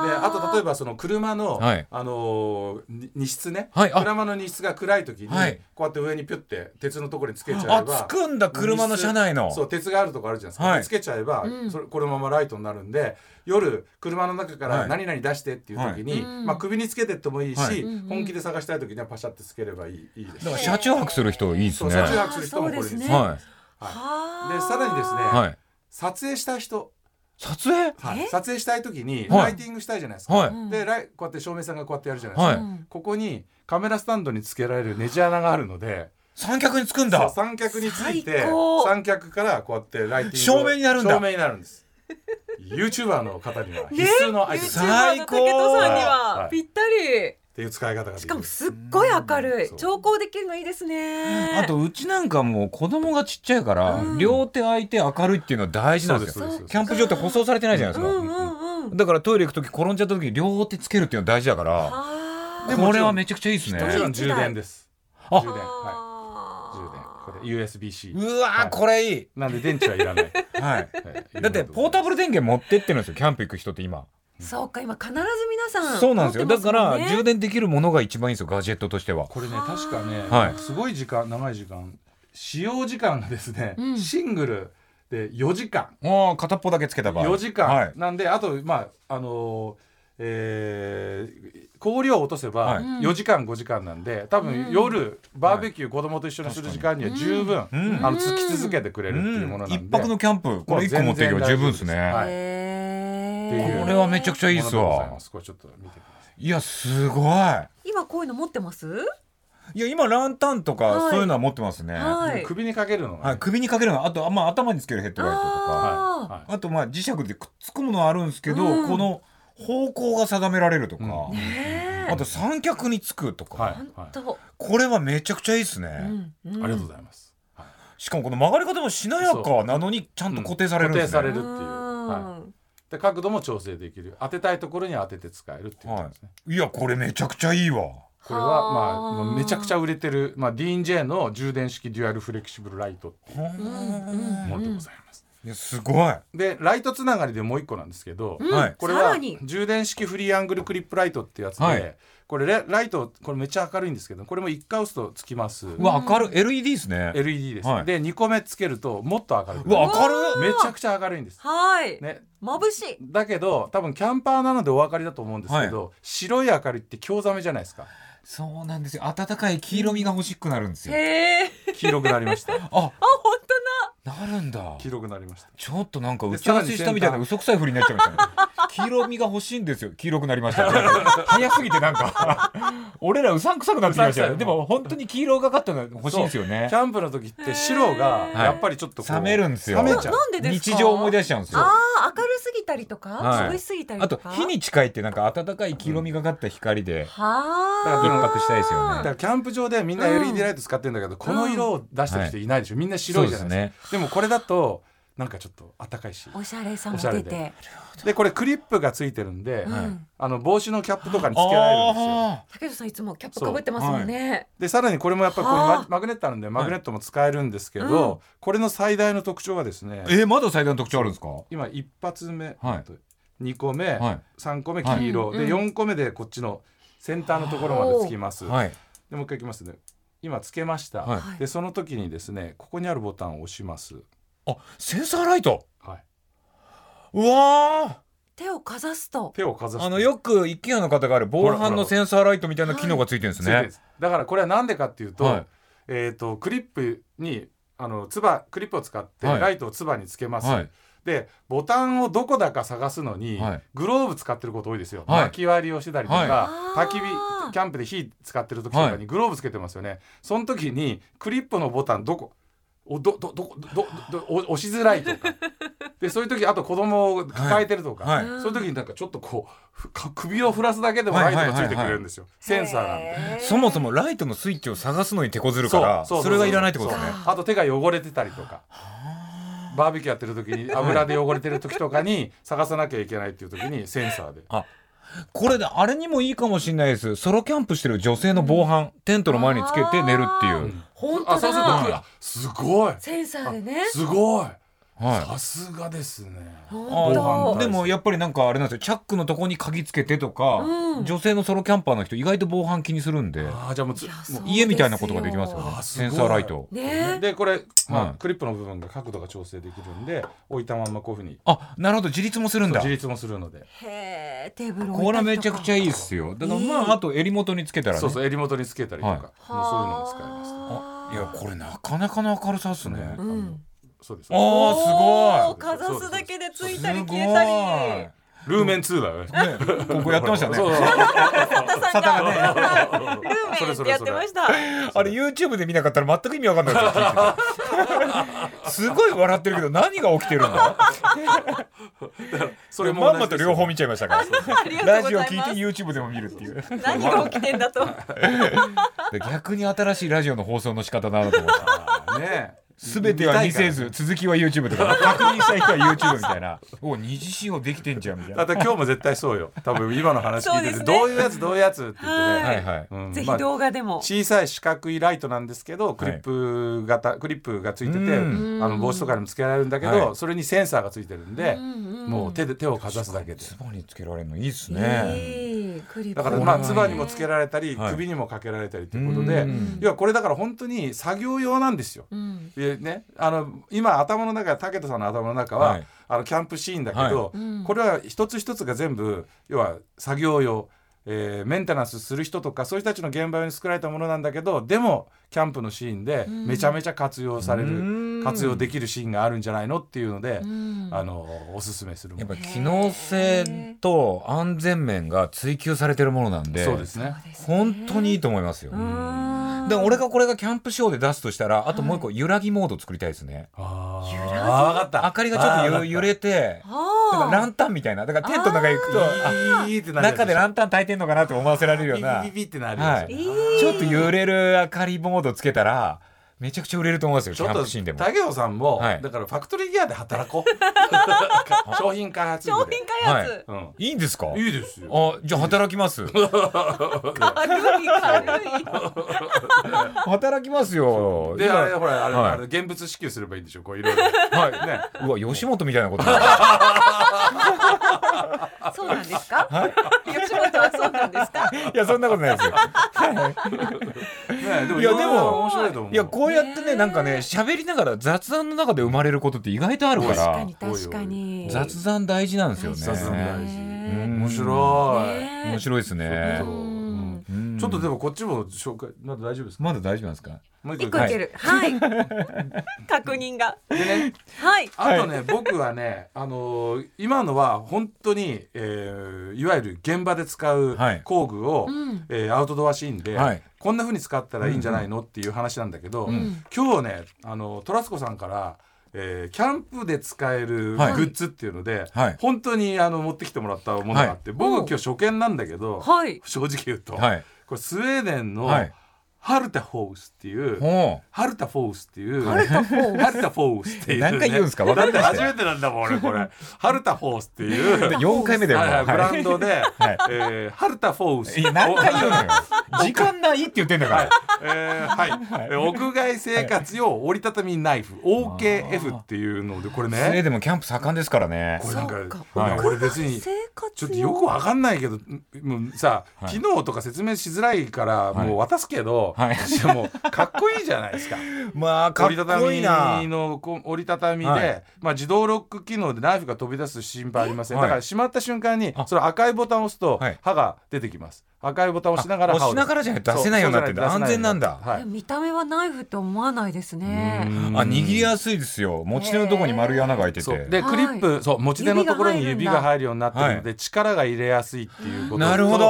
Speaker 1: で
Speaker 2: あ
Speaker 1: あと例え
Speaker 2: ば
Speaker 1: ばその車の、
Speaker 3: はい
Speaker 1: あのーに荷室ね、
Speaker 3: はいあ
Speaker 1: 車の荷室が暗い時に、
Speaker 3: はい
Speaker 1: こうやって上にピュって鉄のところにつけちゃえば
Speaker 3: あつくんだ車の車内の
Speaker 1: そう鉄があるとこあるじゃないですか、
Speaker 3: はい
Speaker 1: つけちゃえば、
Speaker 2: うん
Speaker 1: それこのままライトになるんで夜車の中か
Speaker 3: は
Speaker 1: ら
Speaker 3: い
Speaker 1: 何々出してっていう時に、
Speaker 2: はいうん
Speaker 1: まあ、首につけてってもいいし、
Speaker 3: はい
Speaker 2: うんうん
Speaker 1: 本気で探したい時にはパシャってつければいいいいです
Speaker 3: だから車中泊する人いいです
Speaker 1: そう
Speaker 3: ね
Speaker 1: 車中泊する人もこれです
Speaker 2: そうですね
Speaker 1: ね
Speaker 3: は
Speaker 1: はいでさらにですね
Speaker 2: は
Speaker 3: はい
Speaker 1: 撮影したい人、
Speaker 3: 撮影
Speaker 1: はい
Speaker 2: え
Speaker 1: 撮影したい時に
Speaker 3: は
Speaker 1: ラ
Speaker 3: い
Speaker 1: イティングしたいじゃないですか、
Speaker 3: はい。
Speaker 2: い
Speaker 1: でライこうやって照明さんがこうやってやるじゃないですか、
Speaker 3: はい
Speaker 2: うん
Speaker 1: ここにカメラスタンドにつけられるネジ穴があるので
Speaker 3: 三脚につくん
Speaker 1: そう
Speaker 3: だ。
Speaker 1: 三脚について
Speaker 2: 最高
Speaker 1: 三脚からこうやってライティングを
Speaker 3: 照明になるんだ
Speaker 1: 照明になるんです YouTuber の方には必須のアイテム
Speaker 3: YouTube
Speaker 1: っ
Speaker 3: 最高
Speaker 2: YouTuber の竹戸さんに
Speaker 1: は
Speaker 2: はいぴったり
Speaker 1: ていう使い方ができる
Speaker 2: しかもすっごい明るい
Speaker 1: そう
Speaker 2: 調光できるのいいですね
Speaker 3: あとうちなんかもう子供がちっちゃいから、
Speaker 2: うん
Speaker 3: 両手空いて明るいっていうのは大事なんです
Speaker 1: そ
Speaker 3: よ
Speaker 1: うですそうです
Speaker 3: キャンプ場って舗装されてないじゃないで
Speaker 2: う
Speaker 3: す
Speaker 2: ん
Speaker 3: か、
Speaker 2: うんうん
Speaker 3: だからトイレ行く時転んじゃった時に両手つけるっていうのは大事だから
Speaker 2: あー
Speaker 1: でも
Speaker 3: これはめちゃくちゃいいですね
Speaker 1: もちろん充電です
Speaker 3: あ
Speaker 1: 充電は
Speaker 2: あ
Speaker 1: い充電
Speaker 2: ー
Speaker 1: これ USB-C
Speaker 3: うわー、
Speaker 1: はい
Speaker 3: これいい、
Speaker 1: なんで電池はいらない、
Speaker 3: はい、
Speaker 1: はい
Speaker 3: だってポータブル電源持ってってるんですよキャンプ行く人って今、
Speaker 2: そうか今必ず皆さん
Speaker 3: そうなんですよ
Speaker 2: 持
Speaker 3: だ
Speaker 2: ってま
Speaker 3: か
Speaker 2: もん
Speaker 3: ら
Speaker 2: ね
Speaker 3: 充電できるものが一番いいんですよガジェットとしては
Speaker 1: これね
Speaker 2: はー
Speaker 1: 確かね、
Speaker 3: はい
Speaker 1: すごい時間長い時間使用時間がですね、
Speaker 2: うん
Speaker 1: シングルで4時間
Speaker 3: ああ片っぽだけつけた場合
Speaker 1: 4時間、
Speaker 3: はい、
Speaker 1: なんであとまああのーえー光量を落とせ
Speaker 3: は
Speaker 1: ば
Speaker 3: い
Speaker 1: 4時間5時間なんで多
Speaker 2: う
Speaker 1: 分
Speaker 2: ん
Speaker 1: 夜バーベキュー子供と一緒にする時間には十分、
Speaker 3: うん
Speaker 1: あのつき続けてくれるっていうものなんで、
Speaker 3: 一泊のキャンプこれ一個持っていけば十分ですね
Speaker 1: はい
Speaker 2: へー
Speaker 3: これはめちゃくちゃいいっす
Speaker 1: ものでござい
Speaker 3: わ
Speaker 1: ますこれちょっと見てください
Speaker 3: いやすごい
Speaker 2: 今こういうの持ってます
Speaker 3: いや今ランタンと
Speaker 2: は
Speaker 3: か
Speaker 2: い
Speaker 3: そういうのは持ってますね、は
Speaker 2: はい
Speaker 1: 首にかけるの
Speaker 3: い
Speaker 1: がね
Speaker 3: 首にかけるのあとあ、まあ、頭につけるヘッドライトとか
Speaker 2: あー
Speaker 1: はい
Speaker 3: あとまあ磁石でくっつくものはあるんですけど、
Speaker 2: うん
Speaker 3: この方向が定められるとか、
Speaker 1: うん
Speaker 2: ねえ
Speaker 3: あと三脚につくとか、
Speaker 1: はい
Speaker 2: 本
Speaker 1: はい
Speaker 2: 当
Speaker 3: これはめちゃくちゃいいですね、
Speaker 1: ありがとうございます、はい
Speaker 3: しかもこの曲がり方もしなやかなのにちゃんと固定されるんですね、
Speaker 1: うん固定されるっていう
Speaker 2: は
Speaker 1: はで角度も調整できる当てたいところに当てて使えるっていうことですね、
Speaker 3: いやこれめちゃくちゃいいわ
Speaker 1: これはま
Speaker 2: はあ
Speaker 1: あもうめちゃくちゃ売れてる、まあ、DNJ の充電式デュアルフレキシブルライトってい
Speaker 2: ん
Speaker 1: うものでございます、
Speaker 3: いやすごい、は
Speaker 1: でライトつながりでもう一個なんですけど、
Speaker 2: うん
Speaker 3: はい
Speaker 1: これ
Speaker 2: さ
Speaker 1: は
Speaker 2: らに
Speaker 1: 充電式フリーアングルクリップライトってやつで、
Speaker 3: はい
Speaker 1: これレライトこれめっちゃ明るいんですけどこれも1回押すとつきます
Speaker 3: うわ明るい LED ですね、
Speaker 1: LED です、
Speaker 3: はい
Speaker 1: で2個目つけるともっと明るく
Speaker 3: う
Speaker 1: な
Speaker 3: わ
Speaker 1: る
Speaker 3: 明るい
Speaker 1: めちゃくちゃ明るいんです、
Speaker 2: はい
Speaker 1: ね、
Speaker 2: 眩しい
Speaker 1: だけど多分キャンパーなのでお分かりだと思うんですけど、白い明かりって興ざめじゃないですか
Speaker 3: そうなんですよ暖かい黄色みが欲しくなるんですよ
Speaker 2: へえ
Speaker 1: 黄色くなりました
Speaker 3: あ
Speaker 2: あ本
Speaker 3: なるんだ
Speaker 1: 黄色くなりました
Speaker 3: ちょっとなんか打ち合わせしたみたいな嘘くさいふりになっちゃいましたね。 黄色みが欲しいんですよ。黄色くなりました。早すぎてなんか 俺らうさんくさくなってきましたよ
Speaker 1: うさんくさ
Speaker 3: ね。
Speaker 1: い
Speaker 3: でも本当に黄色がかったのが欲しいんですよね
Speaker 1: キ。ャンプの時って白が
Speaker 2: へー
Speaker 1: やっぱりちょっとこう
Speaker 3: 冷めるんですよ。
Speaker 1: 冷め
Speaker 2: 当
Speaker 1: ち
Speaker 2: な
Speaker 1: ゃう
Speaker 2: なんでですか
Speaker 3: 日常を思い出しちゃうんですよ。
Speaker 2: ああ明るすぎたりと
Speaker 3: は
Speaker 2: か
Speaker 3: い
Speaker 2: 眩しすぎたり
Speaker 3: あ
Speaker 2: と
Speaker 3: と
Speaker 2: か
Speaker 3: 火に近いってなんか暖かい黄色みがかった光で
Speaker 2: は
Speaker 1: だ
Speaker 2: あ
Speaker 1: か
Speaker 3: 一
Speaker 1: ら
Speaker 3: 泊したいですよ
Speaker 1: だから
Speaker 3: ね。
Speaker 1: キャンプ場でみんな
Speaker 2: うん
Speaker 1: LED ライト使ってるんだけど、この色を出してる人いないでしょ、みんな
Speaker 3: そ
Speaker 1: 白
Speaker 3: う
Speaker 1: い
Speaker 3: で
Speaker 1: じゃな
Speaker 3: す
Speaker 1: いですか
Speaker 3: ね。
Speaker 1: でもこれだとなんかちょっと暖かいし
Speaker 2: おしゃれさも
Speaker 1: おし
Speaker 2: 出
Speaker 1: ゃれで
Speaker 2: て
Speaker 1: でこれクリップがついてるんで、
Speaker 2: う
Speaker 3: はい
Speaker 2: ん
Speaker 1: あの帽子のキャップとかにつけられるんですよ
Speaker 3: あ
Speaker 2: 竹戸さんいつもキャップかぶってますもんね
Speaker 1: でさらにこれもやっぱりこれ
Speaker 2: はあ
Speaker 1: ママグネットあるんでマグネットも使えるんですけど、
Speaker 2: うん
Speaker 1: これの最大の特徴はですね
Speaker 3: ーえーまだ最大の特徴あるんですか。は
Speaker 1: 今一発目、
Speaker 3: はい
Speaker 1: 2個目、
Speaker 3: はい
Speaker 1: 3個目黄色、
Speaker 2: はい
Speaker 1: で
Speaker 2: うん
Speaker 1: 4個目でこっちの先端のところまでつきます、
Speaker 3: いはい
Speaker 1: でもう一回いきますね今つけました、
Speaker 3: はい
Speaker 2: はい
Speaker 1: でその時にですねここにあるボタンを押します、
Speaker 3: あセンサーライト。
Speaker 1: はい、
Speaker 3: うわ
Speaker 2: 手をかざすと
Speaker 1: 手をかざ
Speaker 3: ー
Speaker 1: す
Speaker 3: あのよく一軒家の方がある防犯のセンサーライトみたいな機能がついてるんです
Speaker 1: ついてるん
Speaker 3: ね
Speaker 1: で。すだからこれは何でかっていうと,、
Speaker 3: はい
Speaker 1: えー、とクリップにあのつばクリップを使って
Speaker 3: はい
Speaker 1: ライトをつばにつけます、
Speaker 3: はい。
Speaker 1: でボタンをどこだか探すのに、
Speaker 3: はい
Speaker 1: グローブ使ってること多いですよ、
Speaker 3: はい
Speaker 1: 巻き割りをしてたりとか、
Speaker 2: はい
Speaker 1: 焚き
Speaker 2: あー
Speaker 1: 火キャンプで火使ってる時とか
Speaker 3: は
Speaker 1: にグローブつけてますよね、その時にクリップのボタンどこおどどどこどどどお押しづらいとかでそういう時あと子供を抱えてるとか、
Speaker 3: はい
Speaker 2: はい
Speaker 1: そういう時になんかちょっとこうふか首を振らすだけでもライトがついてくれるんですよ、センサーなんで。
Speaker 2: へ
Speaker 3: そもそもライトのスイッチを探すのに手こずる
Speaker 1: そ
Speaker 3: か
Speaker 1: う
Speaker 3: ら
Speaker 1: そう
Speaker 3: そうれがいらないってことですね
Speaker 1: そうあと手が汚れてたりとかバーベキューやってる時に油で汚れてる時とかに探さなきゃいけないっていう時にセンサーで
Speaker 3: これであれにもいいかもしれないですソロキャンプしてる女性の防犯テントの前につけて寝るってい
Speaker 2: あ
Speaker 3: う、
Speaker 2: 本当
Speaker 1: あそうすると
Speaker 2: だ
Speaker 1: あすごい
Speaker 2: センサーでね
Speaker 1: すごい
Speaker 3: は
Speaker 1: さすがですね
Speaker 2: 本
Speaker 3: い、
Speaker 1: 防
Speaker 2: 当
Speaker 1: 犯
Speaker 3: でもやっぱりなんかあれなんですよチャックのとこに鍵つけてとか、
Speaker 2: うん
Speaker 3: 女性のソロキャンパーの人意外と防犯気にするんで
Speaker 1: あーじゃあもうつ
Speaker 2: いや
Speaker 1: も
Speaker 2: そうう
Speaker 3: 家みたいなことができますよね
Speaker 1: あすご
Speaker 3: セ
Speaker 1: い
Speaker 3: ンサーライト
Speaker 2: ね
Speaker 1: でこれま
Speaker 3: は
Speaker 1: あ
Speaker 3: い
Speaker 1: クリップの部分が角度が調整できるんで置いたまんまこういうふうに
Speaker 3: あなるほど自立もするんだ
Speaker 1: 自立もするので
Speaker 2: へえテーブル置いたりとか
Speaker 3: これはめちゃくちゃいいっすよだからまあ、
Speaker 2: いい
Speaker 3: あと襟元につけたらね
Speaker 1: そうそう襟元につけたりと
Speaker 3: はい
Speaker 1: かもうそういうのも使えます
Speaker 2: はあ
Speaker 3: いやこれなかなかの明るさっすね、
Speaker 1: ね
Speaker 2: うん
Speaker 1: そうです
Speaker 3: お
Speaker 2: お
Speaker 3: お
Speaker 2: ー
Speaker 3: す
Speaker 2: かざすだけでつ
Speaker 3: ごい。
Speaker 2: いたり
Speaker 3: すご
Speaker 2: 消えたり。
Speaker 1: ルーメン2だよね
Speaker 3: いね、 ここやってました
Speaker 1: そう
Speaker 3: ね。
Speaker 1: そう
Speaker 2: 佐田さんが
Speaker 1: そう
Speaker 2: ルーメンってやってました。
Speaker 3: あれ YouTube で見なかったら全く意味わかんなかった すごい笑ってるけど何が起きてるの
Speaker 1: それも
Speaker 3: ま
Speaker 1: 同じ
Speaker 3: んまと両方見ちゃいましたか
Speaker 2: あり
Speaker 3: ら
Speaker 2: が
Speaker 3: ラ
Speaker 2: とう
Speaker 3: ジ
Speaker 2: ご
Speaker 3: オ
Speaker 2: ざ
Speaker 3: 聞
Speaker 2: います。
Speaker 3: いて YouTube でも見るっていう
Speaker 2: 何が起きてん だと。
Speaker 3: 逆に新しいラジオの放送の仕方だなと思った
Speaker 1: あーね
Speaker 3: 全ては見せず続きは YouTube とか確認したい人は YouTube みたいなお二次使用できてんじゃんみたい
Speaker 1: だ
Speaker 3: な
Speaker 1: って今日も絶対そうよ多分今の話聞いてて、
Speaker 2: そうですね
Speaker 1: どういうやつどういうやつって言ってね、
Speaker 3: はいはい
Speaker 1: うん
Speaker 2: ぜひ
Speaker 1: まあ
Speaker 2: 動画でも。
Speaker 1: 小さい四角いライトなんですけどクリップ型、クリップがついててあ
Speaker 3: うん
Speaker 1: の帽子とかにもつけられるんだけど、
Speaker 3: はい
Speaker 1: それにセンサーがついてるんで、もう手で手をかざすだけで
Speaker 3: ツボにつけられるのいいですね
Speaker 2: ええクリップ
Speaker 1: だからまあつばにもつけられたり、首にもかけられたりということで、
Speaker 3: うん
Speaker 1: 要はこれだから本当に作業用なんですよ。
Speaker 2: うん
Speaker 1: でね、あの今頭の中武田さんの頭の中は、
Speaker 3: はい
Speaker 1: あのキャンプシーンだけど、これは一つ一つが全部要は作業用、えーメンテナンスする人とかそういう人たちの現場用に作られたものなんだけどでもキャンプのシーンでめちゃめちゃ活用される、
Speaker 3: うん
Speaker 1: 活用できるシーンがあるんじゃないのっていうので、
Speaker 2: うん
Speaker 1: あのおすすめするも
Speaker 3: やっ
Speaker 1: の
Speaker 3: ぱり機能性と安全面が追求されてるものなんで
Speaker 1: そうですね。
Speaker 3: 本当にいいと思いますよ、
Speaker 2: うん
Speaker 3: で俺がこれがキャンプショーで出すとしたらあともう一個揺らぎモード作りたいですね、
Speaker 1: あ
Speaker 2: 揺らぎ
Speaker 1: あ分かった
Speaker 3: 明かりがちょっとゆ揺
Speaker 1: れ
Speaker 3: れてだからラ
Speaker 2: あ
Speaker 3: ンタンみたいなだからテントの中行くとあ
Speaker 1: いいってなるやつ
Speaker 3: 中でランタン焚いてんのかなって思わせられるよう
Speaker 1: ビ
Speaker 3: な
Speaker 1: ビビビってなる
Speaker 3: は
Speaker 1: や
Speaker 3: い
Speaker 1: つ、
Speaker 3: ちょっと揺れる明かりモードつけたらめちゃくちゃ売れると思いますよ
Speaker 1: ち
Speaker 3: キ
Speaker 1: ょ
Speaker 3: ャ
Speaker 1: っ
Speaker 3: ン
Speaker 1: と
Speaker 3: プシーンでも
Speaker 1: 武雄さんも、
Speaker 3: はい
Speaker 1: だからファクトリーギアで働こ う商品開
Speaker 2: ー
Speaker 1: 発
Speaker 2: 商
Speaker 1: 部
Speaker 2: 品
Speaker 1: で、
Speaker 2: 開発
Speaker 3: いいんですか
Speaker 1: うん、いいですよ
Speaker 3: あじゃあ働きます
Speaker 2: 軽い軽い
Speaker 3: 働きますよ
Speaker 1: で
Speaker 3: 今
Speaker 1: あれほらあれ,、
Speaker 3: はい
Speaker 1: あれ現物支給すればいいんでしょこういろいろ
Speaker 3: はい
Speaker 1: ね
Speaker 3: うわ 吉本みたいなことになる
Speaker 2: そうなんですか？吉本はそうなんですか？
Speaker 3: いやそんなことないですよ
Speaker 1: ねでもいろい
Speaker 3: いや
Speaker 1: ろ
Speaker 3: でも
Speaker 1: 面白いと思う
Speaker 3: いやこうやってねなんかね喋りながら雑談の中で生まれることって意外とあるか
Speaker 2: 確かに
Speaker 3: ら
Speaker 2: 確かに。
Speaker 3: 雑談大事なんですよね
Speaker 1: 雑談大事
Speaker 2: ね
Speaker 1: 面白い、
Speaker 2: ね
Speaker 3: 面白いですね
Speaker 1: そううん
Speaker 3: うん
Speaker 1: ちょっとでもこっちも紹介まだ大丈夫ですか
Speaker 3: まだ大丈夫なんですか
Speaker 1: もう
Speaker 2: 一個いける。 はい。確認が。
Speaker 1: でね
Speaker 2: はい。
Speaker 1: あとね、僕はね、あのー今のは本当に、えーいわゆる現場で使う
Speaker 3: はい
Speaker 1: 工具を、
Speaker 2: ん
Speaker 1: えーアウトドアシーンで、
Speaker 3: はい
Speaker 1: こんな風に使ったらいいんじゃないの、っていう話なんだけど、
Speaker 2: ん
Speaker 1: 今日ね、あのトラスコさんから、えーキャンプで使えるグ
Speaker 3: はい
Speaker 1: ッズっていうので、
Speaker 3: はい
Speaker 1: 本当にあの持ってきてもらったものがあって、
Speaker 2: はい
Speaker 1: 僕今日初見なんだけど、
Speaker 2: はい。
Speaker 1: 正直言うと、
Speaker 3: はい
Speaker 1: これスウェーデンの、
Speaker 3: はい
Speaker 1: ハルタフォースっていう、
Speaker 3: ほ
Speaker 1: ハルタフォースっていう。
Speaker 2: ハルタフォー。
Speaker 1: ハルタフォースっていう、ね。
Speaker 3: 何回言うんですか分
Speaker 1: だ
Speaker 3: か
Speaker 1: っ
Speaker 3: り
Speaker 1: て
Speaker 3: ましたよ
Speaker 1: 初めてなんだもん、俺、これ。ハルタフォースっていう、
Speaker 3: う4回目だよも
Speaker 1: は
Speaker 3: う
Speaker 1: いはいブラ
Speaker 3: は
Speaker 1: ンドで、
Speaker 3: い
Speaker 1: えーハルタフォース。
Speaker 3: いいや何回言うのよ時間ないって言ってんだから
Speaker 1: えーはい、えー屋外生活用折りたたみナイフ OKF っていうのでこれ
Speaker 3: スウェー
Speaker 1: ね
Speaker 3: デンもキャンプ盛んですからね
Speaker 1: これなん
Speaker 2: そう
Speaker 1: か
Speaker 2: か
Speaker 1: 俺
Speaker 3: はい
Speaker 1: 俺別に
Speaker 2: 生活
Speaker 1: ちょっとよくわかんないけどんもうさ、
Speaker 3: はい
Speaker 1: 機能とか説明しづらいから
Speaker 3: はい
Speaker 1: もう渡すけど、
Speaker 3: はい
Speaker 1: しかもかっこいいじゃないですか。
Speaker 3: ま あかっ
Speaker 1: 折りたた
Speaker 3: こいいな
Speaker 1: みのこ折りたたみで、
Speaker 3: はい
Speaker 1: まあ、自動ロック機能でナイフが飛び出す心配ありません
Speaker 3: えは
Speaker 1: だ
Speaker 3: い
Speaker 1: からしまった瞬間に
Speaker 3: あ
Speaker 1: その赤いボタンを押すと
Speaker 3: はい
Speaker 1: 刃が出てきます赤いボタンを押しながら
Speaker 3: あ
Speaker 1: 刃を
Speaker 3: 押しながらじゃないと出せないようになってんだ
Speaker 1: そうそうじゃいと出せいように
Speaker 3: 安全なん
Speaker 1: はい
Speaker 2: 見た目はナイフって思わないですね。
Speaker 3: あ握りやすいですよ持ち手のとこに丸い穴が開いて
Speaker 1: そう
Speaker 3: て
Speaker 1: で
Speaker 2: はい
Speaker 1: クリップそう持ち手のところに
Speaker 2: 指
Speaker 1: 指
Speaker 2: が入るんだ
Speaker 1: が入るようになってるので力が入れやすいっていうことと
Speaker 3: なるほど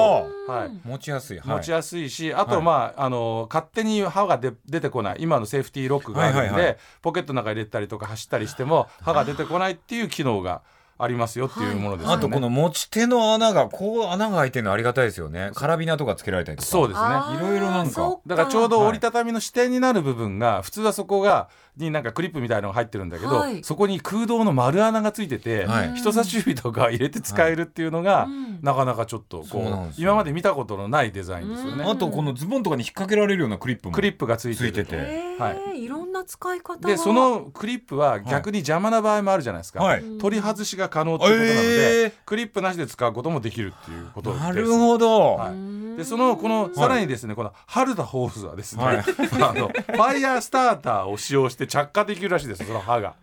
Speaker 1: はい
Speaker 3: 持ちやすいはい
Speaker 1: 持ちやすいし、あ
Speaker 3: は
Speaker 1: と
Speaker 3: い
Speaker 1: まああの勝手に歯がで出てこない今のセーフティーロックがあるんで、
Speaker 3: はいはいはい
Speaker 1: ポケットの中に入れたりとか走ったりしても歯が出てこないっていう機能がありますよっていうものですよね。
Speaker 3: あとこの持ち手の穴がこう穴が開いてるのありがたいですよねカラビナとかつけられたりとか
Speaker 1: そうですね。
Speaker 2: あー
Speaker 3: いろいろなんか
Speaker 2: そっ
Speaker 1: だからちょうど折りたたみの支点になる部分が普通はそこがになんかクリップみたいなのが入ってるんだけど、
Speaker 2: はい
Speaker 1: そこに空洞の丸穴がついてて、
Speaker 3: はい
Speaker 1: 人差し指とか入れて使えるっていうのが、
Speaker 2: うん
Speaker 1: なかなかちょっとこ
Speaker 3: そう
Speaker 1: う
Speaker 3: なんですよ
Speaker 1: 今まで見たことのないデザインですよね。
Speaker 3: あとこのズボンとかに引っ掛けられるようなクリップも
Speaker 1: クリップがついてる
Speaker 3: ついてて
Speaker 2: えーい、ろんな使い方が
Speaker 1: でそのクリップは逆に邪魔な場合もあるじゃないですか、
Speaker 3: はい
Speaker 1: 取り外しが可能ということなので、
Speaker 3: えー
Speaker 1: クリップなしで使うこともできるっていうことです。
Speaker 3: なるほど、
Speaker 1: は
Speaker 2: うー
Speaker 1: い、
Speaker 2: ん
Speaker 1: でそのこのさらにですね、この春田ホースはですね、
Speaker 3: はい
Speaker 1: あのファイヤースターターを使用して着火できるらしいですその刃が。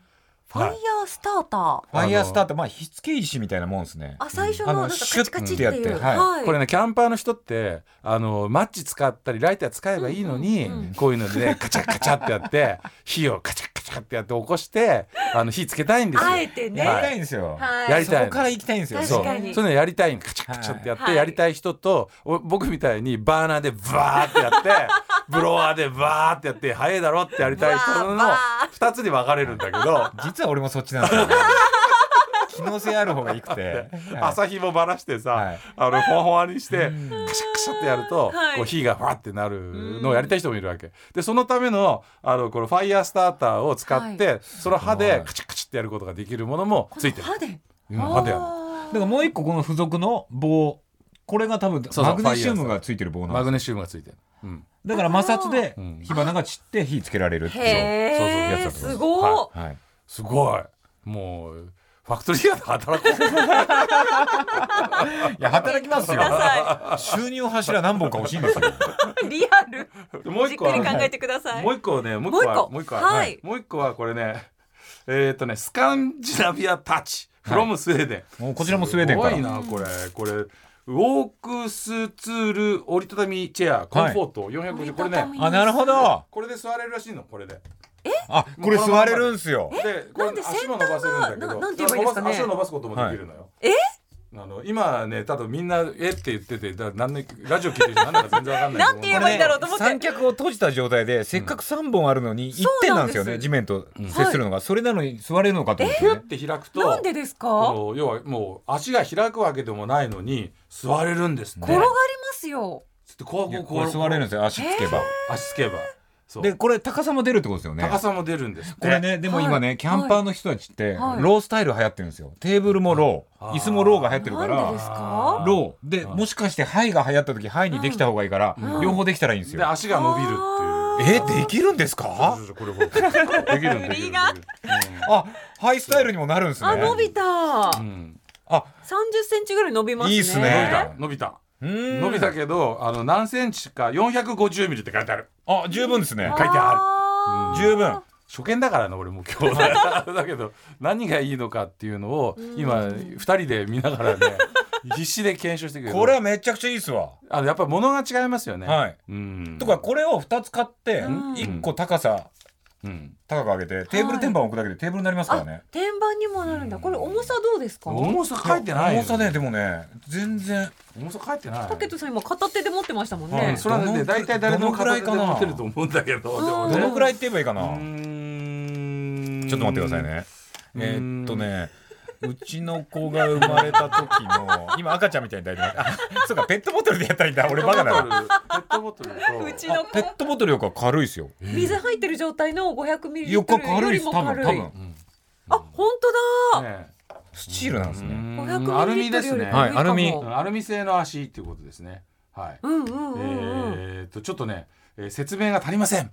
Speaker 2: ファイヤースターター、
Speaker 3: ファイヤースターってまあ火付け石みたいなもんですね
Speaker 2: あ最初
Speaker 3: あ
Speaker 2: のな
Speaker 3: の
Speaker 2: んかカチカチって
Speaker 3: シュッ
Speaker 2: い
Speaker 3: てや
Speaker 2: う
Speaker 3: ってはい
Speaker 2: はい
Speaker 1: これねキャンパーの人ってあのマッ チ使ったりライター使えばいいのに、こういうのでねカチャカチャってやって火をカチャカチシャってやって起こしてあの火つけたいんですよ
Speaker 2: あえてね
Speaker 3: やりた
Speaker 1: はい
Speaker 3: んですよ。
Speaker 2: はい
Speaker 1: やりたい
Speaker 3: そこから行きたいんですよ。
Speaker 1: そう
Speaker 2: 確かに
Speaker 1: そういうのやりたいんカチャカチャってやっ
Speaker 2: は
Speaker 1: て
Speaker 2: い
Speaker 1: やりたい人と、お僕みたいにバーナーでバーってや ってブロワーでバーってやって早いだろってやりたい人
Speaker 2: バー
Speaker 1: の
Speaker 2: バ
Speaker 1: 2つに分かれるんだけ ど
Speaker 3: 実は俺もそっちなんですよ。機能性ある方がいいくて。 はい
Speaker 1: 朝日もばらしてさ、
Speaker 3: はい
Speaker 1: あのほわほわにして
Speaker 3: うん
Speaker 1: カシャカシャってやると、
Speaker 2: はい
Speaker 1: こう火がファってなるのをやりたい人もいるわけでそのためのあのこのファイヤースターターを使って、その刃
Speaker 3: す
Speaker 1: で
Speaker 3: ごい
Speaker 1: カチャカチャってやることができるものもついてる
Speaker 2: この歯で
Speaker 1: うん歯でやる
Speaker 3: だからもう一個この付属の棒。これが多分
Speaker 1: そう
Speaker 3: マグネシウムがついてる棒なん
Speaker 1: マ
Speaker 3: です
Speaker 1: グネシウムがついてる、うん
Speaker 3: だから摩擦で
Speaker 1: うん
Speaker 3: 火花が散って火つけられるっていう。
Speaker 2: へえ
Speaker 3: そうそうそう
Speaker 2: すごい
Speaker 3: はい。
Speaker 1: すごいもうファクトリーアで働く
Speaker 3: いや働きますよ
Speaker 2: くだ。さ
Speaker 3: 収入柱何本か欲しいん ですよ。
Speaker 2: いリアル
Speaker 1: もう
Speaker 2: じっ
Speaker 1: 一
Speaker 2: く
Speaker 1: 個は
Speaker 2: り考えてください
Speaker 1: もう一個ね、もう一個は
Speaker 2: も
Speaker 1: も
Speaker 2: う
Speaker 1: う
Speaker 2: 一
Speaker 1: 一
Speaker 2: 個
Speaker 1: 個
Speaker 2: はい
Speaker 1: ははいもう一個はこれね、えーっとね、スカンジナビアタッチ、フロムスウェーデン。
Speaker 3: もうこちらもスウェーデンか
Speaker 1: すごい
Speaker 3: ら。
Speaker 1: な、これ、これ。ウォークスツール折りたたみチェアコンフォート450、こ
Speaker 2: 折りた
Speaker 1: れ
Speaker 2: たみ
Speaker 1: ね
Speaker 3: あなるほど。
Speaker 1: これで座れるらしいのこれで
Speaker 3: あこれ座れるん すよ。
Speaker 1: でこ
Speaker 2: なんで
Speaker 1: れ足も伸ばせるん
Speaker 2: 先端は
Speaker 1: だけ
Speaker 2: な
Speaker 1: ど
Speaker 2: なんて言えばいいですかね
Speaker 1: 伸ばす足を伸ばすこともできるのよ、
Speaker 2: え
Speaker 1: あの今ね多分みんな「えっ?」て言っててだ何のラジオ聞いてる人何だか全然わかんないと
Speaker 2: な
Speaker 1: 思
Speaker 2: ん
Speaker 1: う
Speaker 2: て言えばいいんだろうと思って
Speaker 3: 三脚を閉じた状態でせっかく3本あるのに1点なんです
Speaker 2: そうな
Speaker 3: よね
Speaker 2: んです
Speaker 3: 地面と接するのが、それなのに座れるのかと思って、ね
Speaker 1: って開くと
Speaker 2: なんでです
Speaker 1: こ
Speaker 2: か
Speaker 1: の要はもう足が開くわけでもないのに座れるんですね。
Speaker 2: 転がりますよ
Speaker 1: つってこうこ
Speaker 3: いや
Speaker 1: う
Speaker 3: こ
Speaker 1: こ
Speaker 3: れ
Speaker 1: う
Speaker 3: 座れるんですよ足つけば、
Speaker 1: 足つけばそう
Speaker 3: でこれ高さも出るってことですよね
Speaker 1: 高さも出るんですって。
Speaker 3: これねでも今ね、
Speaker 2: はい
Speaker 3: キャンパーの人たちって、
Speaker 2: はい
Speaker 3: ロースタイル流行ってるんですよテーブルもロー、
Speaker 1: はい
Speaker 3: 椅子もローが流行ってる
Speaker 2: な
Speaker 3: か
Speaker 2: んでで
Speaker 3: ら
Speaker 2: すか
Speaker 3: ローで
Speaker 1: はい
Speaker 3: もしかしてハイが流行った時ハイにできた方がいいから、
Speaker 2: うん
Speaker 3: 両方できたらいいんです
Speaker 1: で
Speaker 3: よ、
Speaker 1: 足が伸びるっていう。
Speaker 3: えできるんですか
Speaker 1: そうそうそうこれこれできるん
Speaker 2: 振
Speaker 1: だ
Speaker 2: りが
Speaker 3: あハイスタイルにもなるんですね
Speaker 2: あ伸びた
Speaker 1: うんうん
Speaker 3: あ
Speaker 2: 三十センチぐらい伸びますね。
Speaker 3: いいっす
Speaker 1: 伸び
Speaker 3: ね
Speaker 1: た伸びた
Speaker 3: うん
Speaker 1: 伸びたけどあの何センチか450ミリって書いてある。
Speaker 3: あ十分ですね
Speaker 1: 書いてある
Speaker 2: あー
Speaker 3: 十分
Speaker 1: 初見だからね俺も今 日だけど何がいいのかっていうのを今二人で見ながらね必死で検証してくれる。
Speaker 3: これはめちゃくちゃいいっすわ
Speaker 1: あのやっぱり物が違いますよね。
Speaker 3: はい。
Speaker 1: うん。
Speaker 3: とかこれを2つ買って
Speaker 2: うん
Speaker 3: 1個高さ
Speaker 1: うん。
Speaker 3: 高く上げてテーブル天板置くだけでテーブルになりますからね
Speaker 2: あ、天板にもなるんだ。これ重さどうですか？
Speaker 1: 重さ書いてないよ。
Speaker 3: 重さねでもね全然
Speaker 1: 重さ書いてない。
Speaker 2: タケトさん今片手で持ってましたもん
Speaker 1: う
Speaker 2: ね
Speaker 1: ん。それは
Speaker 3: どの
Speaker 1: ね大体誰でも片手で
Speaker 3: どのくらいかな
Speaker 1: 持てると思うんだけど。でも
Speaker 2: うん
Speaker 3: ど
Speaker 1: ね
Speaker 3: のくらいって言えばいいか
Speaker 1: う
Speaker 3: な
Speaker 1: ーん
Speaker 3: ちょっと待ってください。ね
Speaker 1: うん
Speaker 3: えーっとねうちの子が生まれた時の今赤ちゃんみたいに抱いてますあそうかペットボトルでやったらいいんだ俺バカだな
Speaker 1: ペットボトル。ペットボ トル
Speaker 2: う
Speaker 1: と。
Speaker 2: ちの
Speaker 3: あペットボトルよりか軽いですよ
Speaker 2: 水入ってる状態の500ミリリッ
Speaker 3: よっ
Speaker 2: ト
Speaker 3: か
Speaker 2: ル
Speaker 3: 軽
Speaker 2: よ
Speaker 3: いで
Speaker 2: り
Speaker 3: す
Speaker 2: も
Speaker 3: 多
Speaker 2: 軽い。
Speaker 3: 分多分
Speaker 1: うん。
Speaker 2: あ本当だ。
Speaker 1: ね
Speaker 3: スチールなんですね
Speaker 1: う
Speaker 2: 500
Speaker 1: ん
Speaker 2: ミ
Speaker 1: ア
Speaker 2: リ
Speaker 1: ル
Speaker 2: リ
Speaker 1: ミ
Speaker 2: ット
Speaker 1: で
Speaker 2: ル
Speaker 1: す
Speaker 2: より
Speaker 1: ね。
Speaker 2: 軽いかも。
Speaker 3: はいアルミ
Speaker 1: うんアルミ製の足っていうことですね。はい。
Speaker 2: うんうん
Speaker 1: え
Speaker 2: うんうん。で
Speaker 1: ーっとちょっとねえー説明が足りません。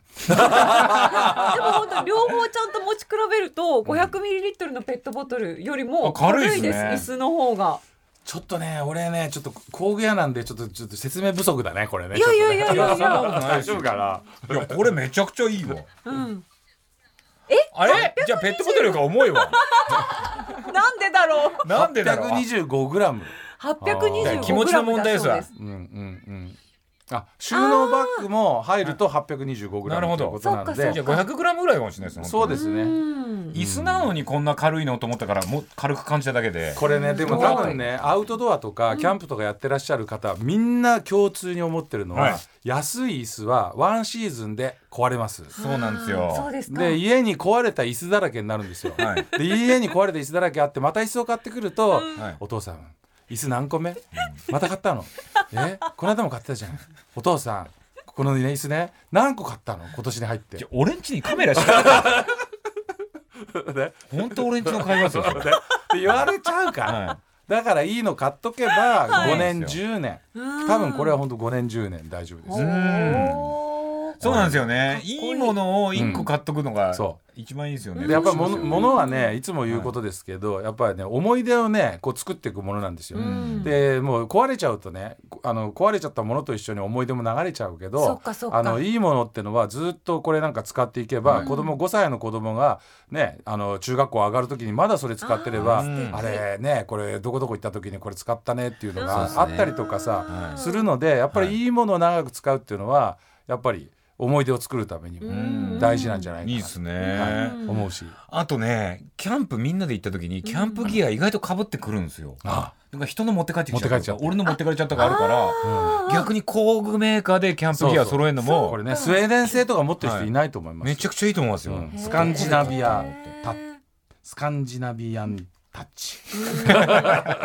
Speaker 2: も本当に両方ちゃんと持ち比べると500ミリリットルのペットボトルよりも
Speaker 3: あ軽いっ
Speaker 2: 軽
Speaker 3: す
Speaker 2: い
Speaker 3: ね
Speaker 2: です。椅子の方が。
Speaker 1: ちょっとね俺ねちょっと工具屋なんでちょっとちょっと説明不足だねこれね。
Speaker 2: いやいやいやいやいや
Speaker 1: ちょっとね大丈夫かな。
Speaker 3: いやこれめちゃくちゃいいわ
Speaker 2: うん。
Speaker 3: あれじゃあペットボトルよりか重いわ
Speaker 2: なんでだろう。
Speaker 3: なんでだろうあ
Speaker 1: 125グラム。
Speaker 2: 825
Speaker 3: 気持ちの問題ですわ
Speaker 2: グラムだそうです。
Speaker 1: うんうんうん。あ収納バッグも入ると825グラム
Speaker 3: なるほど
Speaker 1: ということなん
Speaker 2: そっ
Speaker 1: で
Speaker 2: か
Speaker 3: じ
Speaker 2: そ
Speaker 3: ゃ
Speaker 2: っ
Speaker 3: あ
Speaker 2: か
Speaker 3: 500グラムぐらいかもしれないですね
Speaker 1: そうです
Speaker 2: う
Speaker 1: ね。
Speaker 2: ん
Speaker 3: 椅子なのにこんな軽いのと思ったからもう軽く感じただけで
Speaker 1: これねでも多分ねアウトドアとかキャンプとかやってらっしゃる方、みんな共通に思ってるのは、
Speaker 3: はい
Speaker 1: 安い椅子はワンシーズンで壊れます。
Speaker 3: そうなんで
Speaker 2: あ
Speaker 3: す
Speaker 2: ーそう
Speaker 3: よ
Speaker 2: ですか。
Speaker 1: で家に壊れた椅子だらけになるんですよ。
Speaker 3: はい
Speaker 1: で家に壊れた椅子だらけあってまた椅子を買ってくると、
Speaker 3: はい
Speaker 1: お父さん椅子何個目また買ったのえこの間も買ってたじゃんお父さんここのね椅子ね何個買ったの今年に入って
Speaker 3: じゃあ俺んちにカメラしか
Speaker 1: ね
Speaker 3: 本当俺んちの会話ですよそれ
Speaker 1: って言われちゃうから、
Speaker 3: は
Speaker 1: だからいいの買っとけば
Speaker 3: い
Speaker 1: 5年10年、
Speaker 2: うん
Speaker 1: 多分これは本当5年10年大丈夫です、
Speaker 3: うん
Speaker 2: おー
Speaker 3: そうなんですよね
Speaker 2: いい
Speaker 3: いいものを一個買っとくのが
Speaker 1: そ
Speaker 3: 一番いいですよね
Speaker 1: でやっぱりものものはねいつも言うことですけど、やっぱりね思い出をねこう作っていくものなんですよ、
Speaker 2: うん
Speaker 1: でもう壊れちゃうとねこあの壊れちゃったものと一緒に思い出も流れちゃうけ
Speaker 2: そ
Speaker 1: ど
Speaker 2: っかそっか
Speaker 1: あのいいものってのはずっとこれなんか使っていけば、子供5歳の子供がねあの中学校上がる時にまだそれ使ってれば
Speaker 3: あ
Speaker 1: あ
Speaker 3: ー
Speaker 1: れねこれどこどこ行った時にこれ使ったねっていうの
Speaker 2: そう
Speaker 1: が
Speaker 3: ですね
Speaker 1: あったりとかさ、
Speaker 3: はい
Speaker 1: するのでやっぱりいいものを長く使うっていうのはやっぱり思い出を作るために
Speaker 2: う
Speaker 1: も
Speaker 2: ん
Speaker 1: 大事なんじゃないか
Speaker 3: いい
Speaker 1: な
Speaker 3: ですね、
Speaker 1: は
Speaker 2: うん
Speaker 1: 思うし。
Speaker 3: あとねキャンプみんなで行った時にキャンプギア意外とかぶってくるんですよ、
Speaker 1: あ
Speaker 3: だから人の持って帰ってきちゃ
Speaker 1: 持っ
Speaker 3: う
Speaker 1: て帰っちゃう
Speaker 3: 俺の持って帰っちゃったがあるから逆に工具メーカーでキャンプギア揃えるの
Speaker 1: そうこ
Speaker 3: も
Speaker 1: れねスウェーデン製とか持ってる人いないと思います、
Speaker 3: めちゃくちゃいいと思いますよ、
Speaker 1: うん
Speaker 2: へー
Speaker 1: スカンジナビアタッ
Speaker 2: へ
Speaker 1: スカンジナビアンタッ チ
Speaker 2: ー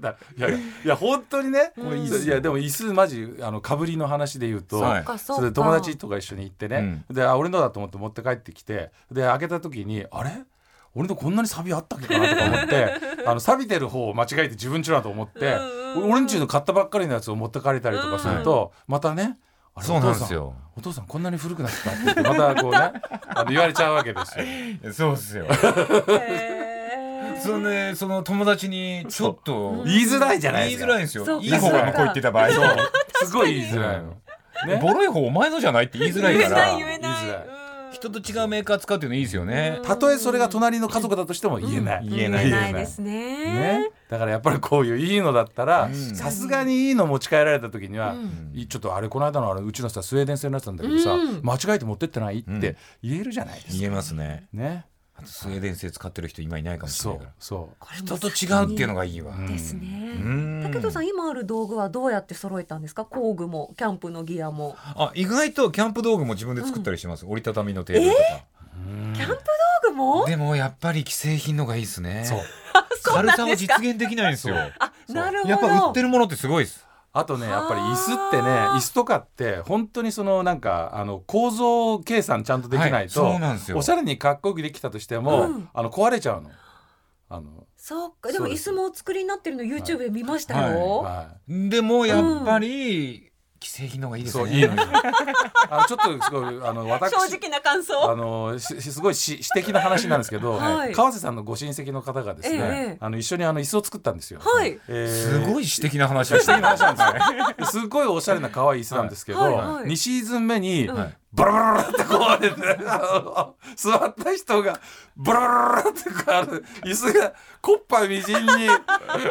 Speaker 1: だいやいやいや本当にね、
Speaker 2: これいいっす
Speaker 1: いやでも椅子マジあのかぶりの話で言うと、
Speaker 3: はい
Speaker 2: そっかそっ
Speaker 1: そ
Speaker 2: か
Speaker 1: れで友達とか一緒に行ってね、であ俺のだと思って持って帰ってきてで開けた時にあれ俺のこんなにサビあったっけかなとか思って あの錆びてる方を間違えて自分ちのだと思って
Speaker 2: うんうん
Speaker 1: 俺んちの買ったばっかりのやつを持って帰れたりとかすると、またねあれ
Speaker 3: そうなんですよ
Speaker 1: お父さんお父さんこんなに古くなったって言ってまたこうねあの言われちゃうわけですよ。
Speaker 3: そうですよ
Speaker 2: へー
Speaker 3: そのねその友達にちょっと
Speaker 1: 言いづらいじゃない
Speaker 3: 言
Speaker 1: です
Speaker 3: い
Speaker 1: か。
Speaker 3: づらいんですよ
Speaker 2: そうか
Speaker 3: いい方が向こう行ってた場合
Speaker 1: そうすごい言いづらいの。ね
Speaker 3: ボロい方お前のじゃないって言いづらい
Speaker 2: 言え
Speaker 3: か
Speaker 2: ない
Speaker 3: ら
Speaker 2: 言えない
Speaker 1: 言いづ
Speaker 2: うん
Speaker 3: 人と違うメーカー使うっていうのいいですよね
Speaker 1: たとえそれが隣の家族だとしても言えない。
Speaker 3: うん言えない
Speaker 2: ですね
Speaker 1: ね、だからやっぱりこういういいのだったら
Speaker 3: うん
Speaker 1: さすがにいいの持ち帰られた時には、
Speaker 2: うん
Speaker 1: いちょっとあれこの間のあれうちのさスウェーデン製のやつなんだけどさ、
Speaker 2: うん
Speaker 1: 間違えて持ってってないって言えるじゃないですか。
Speaker 3: 言えますね
Speaker 1: ね、
Speaker 3: あとスウェーデン製使ってる人今いないかもしれ
Speaker 1: そ
Speaker 3: ないか
Speaker 1: う
Speaker 3: ら
Speaker 1: そう。
Speaker 3: 人と違うっていうのがいいわ
Speaker 1: うん
Speaker 2: ですね
Speaker 3: うん
Speaker 2: 武藤さん今ある道具はどうやって揃えたんですか工具もキャンプのギアも
Speaker 3: あ意外とキャンプ道具も自分で作ったりします、折りたたみのテーブルとか、
Speaker 2: キャンプ道具も
Speaker 3: でもやっぱり既製品のがいいですね
Speaker 1: そう
Speaker 3: 軽さを実現できないんですよ
Speaker 2: あなるほど
Speaker 3: やっぱ売ってるものってすごいです
Speaker 1: あとねやっぱり椅子ってね
Speaker 2: あー
Speaker 1: 椅子とかって本当にそのなんかあの構造計算ちゃんとできないと、
Speaker 3: はいそうなんですよ
Speaker 1: おしゃれにかっこよくできたとしても、
Speaker 2: うん
Speaker 1: あの壊れちゃうの。あの
Speaker 2: そうかでも
Speaker 1: そう
Speaker 2: 椅
Speaker 1: です
Speaker 2: 子もお作りになってるの YouTube で見ましたよ、
Speaker 1: はい
Speaker 3: でもやっぱり既製品の方がいいです
Speaker 1: そ
Speaker 3: よ
Speaker 1: う
Speaker 3: ね
Speaker 1: いいのよあのちょっとすごいあ の私
Speaker 2: 正直な感
Speaker 1: あ
Speaker 2: 想
Speaker 1: のししすごいし私的な話なんですけど、
Speaker 2: はい
Speaker 1: 川瀬さんのご親戚の方がです
Speaker 2: え
Speaker 1: ね、
Speaker 2: え
Speaker 1: あの一緒にあの椅子を作ったんですよ。
Speaker 2: はい
Speaker 1: えー
Speaker 3: すごい私的な話をしてる
Speaker 1: 私的な話なんですね。すごいおしゃれな可愛い椅子なんですけど、
Speaker 2: は
Speaker 1: 二
Speaker 2: いはい
Speaker 1: 2シーズン目に、
Speaker 2: うん
Speaker 3: はい
Speaker 1: バラバラバラって壊れて、あの座った人がバラバラバラって壊れて椅子がコッパみ じんに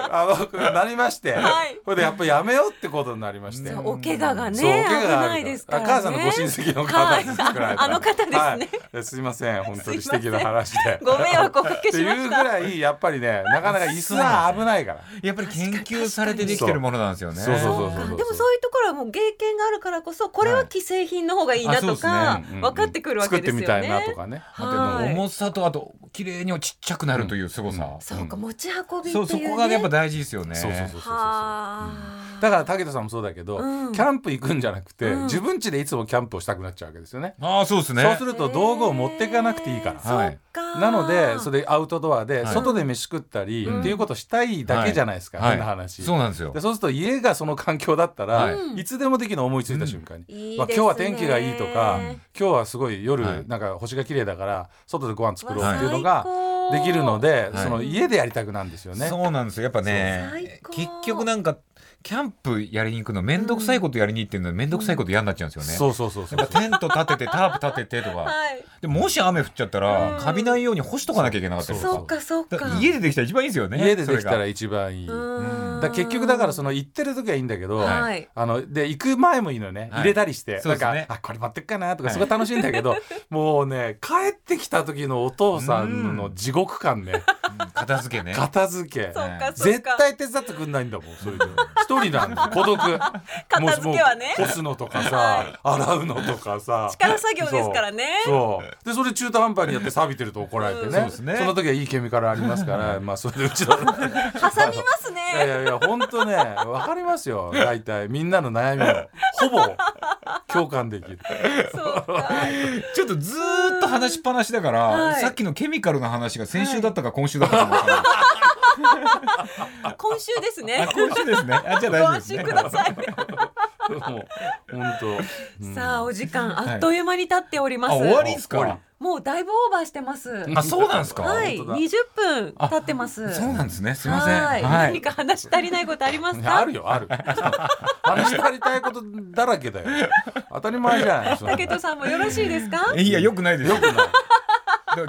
Speaker 1: あのなりまして、
Speaker 2: はい
Speaker 1: これでやっぱやめようってことになりまして。
Speaker 2: そうお怪我がね
Speaker 1: そうお怪
Speaker 2: 危
Speaker 1: 我がある
Speaker 2: ないですからね
Speaker 1: あ母さんのご親戚の方です作ら
Speaker 2: は
Speaker 1: れた
Speaker 2: いああの方ですね
Speaker 1: はいえすい ません本当に私的な話で
Speaker 2: ご迷惑をおかけ
Speaker 1: って
Speaker 2: しま
Speaker 1: いう
Speaker 2: し
Speaker 1: ぐ
Speaker 2: た
Speaker 1: らいやっぱりねなかなか椅子は危ないから
Speaker 3: やっぱり研究されてできてるものなんですよね
Speaker 1: そうそう
Speaker 2: そう
Speaker 1: そう
Speaker 2: かでもそういうところはもう経験があるからこそこれは既製品の方がいいなと
Speaker 3: はいあ
Speaker 2: か、
Speaker 3: そう
Speaker 1: うんうん
Speaker 2: 分かってくるわけですよね
Speaker 1: 作ってみたいなとかね
Speaker 3: あともう
Speaker 2: はい
Speaker 3: 重さとあと綺麗にちっちゃくなるという凄さ、
Speaker 1: うん
Speaker 2: そうか持ち運びってい
Speaker 3: そう
Speaker 2: ね
Speaker 3: うそこがやっぱ大事ですよね
Speaker 1: そうそうそうそうそう
Speaker 2: はあ
Speaker 1: だから武田さんもそうだけど、
Speaker 2: うん
Speaker 1: キャンプ行くんじゃなくて、
Speaker 2: うん
Speaker 1: 自分家でいつもキャンプをしたくなっちゃうわけですよね
Speaker 3: ああそうですね
Speaker 1: そうすると道具を持っていかなくていいか
Speaker 2: へ
Speaker 1: ら、
Speaker 2: ー
Speaker 3: はい
Speaker 2: そっか
Speaker 1: なのでそれアウトドアで
Speaker 3: はい
Speaker 1: 外で飯食ったりっていうことしたいだけじゃないですか、変な話、
Speaker 3: そうなんですよ
Speaker 1: でそうすると家がその環境だったら、
Speaker 2: うん
Speaker 1: い、つでもできるの思いついた瞬間に、
Speaker 2: いい
Speaker 1: まあ、
Speaker 2: ですね
Speaker 1: 今日は天気がいいとか今日はすごい夜、
Speaker 3: はい
Speaker 1: なんか星が綺麗だから外でご飯作ろう
Speaker 3: わ
Speaker 1: っていうのができるので、
Speaker 3: はい
Speaker 1: その家でやりたくなんですよね。
Speaker 3: そうなんですよやっぱ
Speaker 2: そう
Speaker 3: ね
Speaker 2: 最高
Speaker 3: 結局なんかキャンプやりに行くの面倒くさいことやりに行ってるの面倒くさいこと嫌になっちゃうんですよね、
Speaker 1: そうそうそうそう
Speaker 3: やっぱテント立ててタープ立ててと か、
Speaker 2: はい
Speaker 3: でもし雨降っちゃったら、
Speaker 2: うん
Speaker 3: カビないように干しとかなきゃいけなかったりとか
Speaker 2: そっかそっ
Speaker 3: だ
Speaker 2: か
Speaker 3: から家でできたら一番いいですよね
Speaker 1: 家でできた
Speaker 3: そ
Speaker 1: ら
Speaker 3: れが
Speaker 1: 一番いい。だ
Speaker 2: うん
Speaker 1: から結局だからその行ってる時はいいんだけど、
Speaker 2: はい
Speaker 1: あので行く前もいいのよね、
Speaker 3: はい
Speaker 1: 入れたりして、
Speaker 3: そう
Speaker 1: な
Speaker 3: で
Speaker 1: ん
Speaker 3: すね
Speaker 1: か、あこれ持ってくかなとか
Speaker 3: はい
Speaker 1: すごい楽しいんだけ ど、もうね帰ってきた時のお父さんの地獄感ね、
Speaker 3: うん片付けね
Speaker 1: 片付け、
Speaker 2: そっかそっか
Speaker 1: 絶対手伝ってくんないんだもんそれで一人なんだよ孤独
Speaker 2: 片付けはね
Speaker 1: もうもう干すのとかさ洗うのとかさ
Speaker 2: 力作業ですからね
Speaker 1: そうそうでそれ中途半端にやって錆びてると怒られてね,、
Speaker 2: うん
Speaker 3: そうですね
Speaker 1: その時はいいケミカルありますからまあそれでうちの
Speaker 2: 挟みますね
Speaker 1: いやいやいや本当ねわかりますよ大体みんなの悩みをほぼ共感できる
Speaker 2: そうか
Speaker 3: ちょっとずーっと話しっぱなしだから、
Speaker 2: はい
Speaker 3: さっきのケミカルの話が先週だったか今週だったかもわからない
Speaker 2: 今週ですね
Speaker 3: あ今週ですねあじゃ
Speaker 2: ご
Speaker 3: あ大丈夫で
Speaker 2: 安
Speaker 3: すね
Speaker 2: 心ください
Speaker 1: もう本当、うん
Speaker 2: さあお時間あっという間に経っております
Speaker 3: あ終わりっす
Speaker 1: 終わ
Speaker 3: か
Speaker 2: もうだいぶオーバーしてますは
Speaker 3: あそうなんですか、
Speaker 2: い
Speaker 1: 本当だ
Speaker 2: 20分経ってます
Speaker 3: そうなんですねすいません
Speaker 2: はい何か話し足りないことあります
Speaker 1: い
Speaker 2: か
Speaker 1: やあるよある話し足りたいことだらけだよ当たり前じゃないそんな
Speaker 2: 武藤さんもよろしいですか
Speaker 3: いやよくないですよ
Speaker 1: よくない
Speaker 3: だか